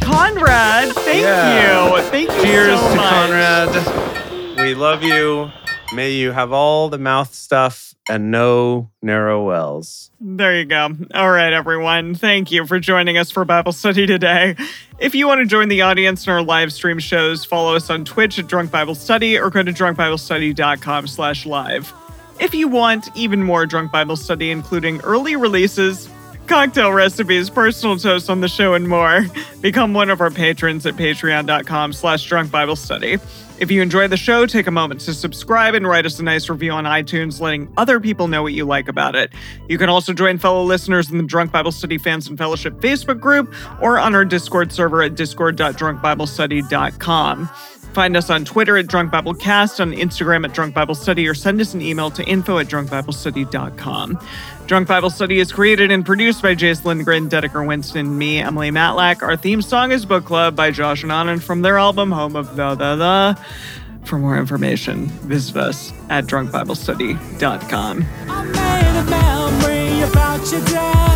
Speaker 2: Conrad. Thank
Speaker 3: Yeah.
Speaker 2: you. Thank you
Speaker 3: Cheers
Speaker 2: so
Speaker 3: to
Speaker 2: much.
Speaker 3: Conrad. We love you. May you have all the mouth stuff and no narrow wells.
Speaker 2: There you go. All right, everyone. Thank you for joining us for Bible study today. If you want to join the audience in our live stream shows, follow us on Twitch at Drunk Bible Study or go to drunkbiblestudy.com slash live. If you want even more Drunk Bible Study, including early releases, cocktail recipes, personal toasts on the show, and more, become one of our patrons at patreon.com slash drunk Bible study. If you enjoy the show, take a moment to subscribe and write us a nice review on iTunes, letting other people know what you like about it. You can also join fellow listeners in the Drunk Bible Study Fans and Fellowship Facebook group or on our Discord server at discord.drunkbiblestudy.com. Find us on Twitter at Drunk Bible Cast, on Instagram at Drunk Bible Study, or send us an email to info at drunkbiblestudy.com. Drunk Bible Study is created and produced by Jace Lindgren, Dedeker Winston, and me, Emily Matlack. Our theme song is Book Club by Josh and Anand from their album Home of the The The. For more information, visit us at drunkbiblestudy.com.
Speaker 1: I made a memory about your dad. oh,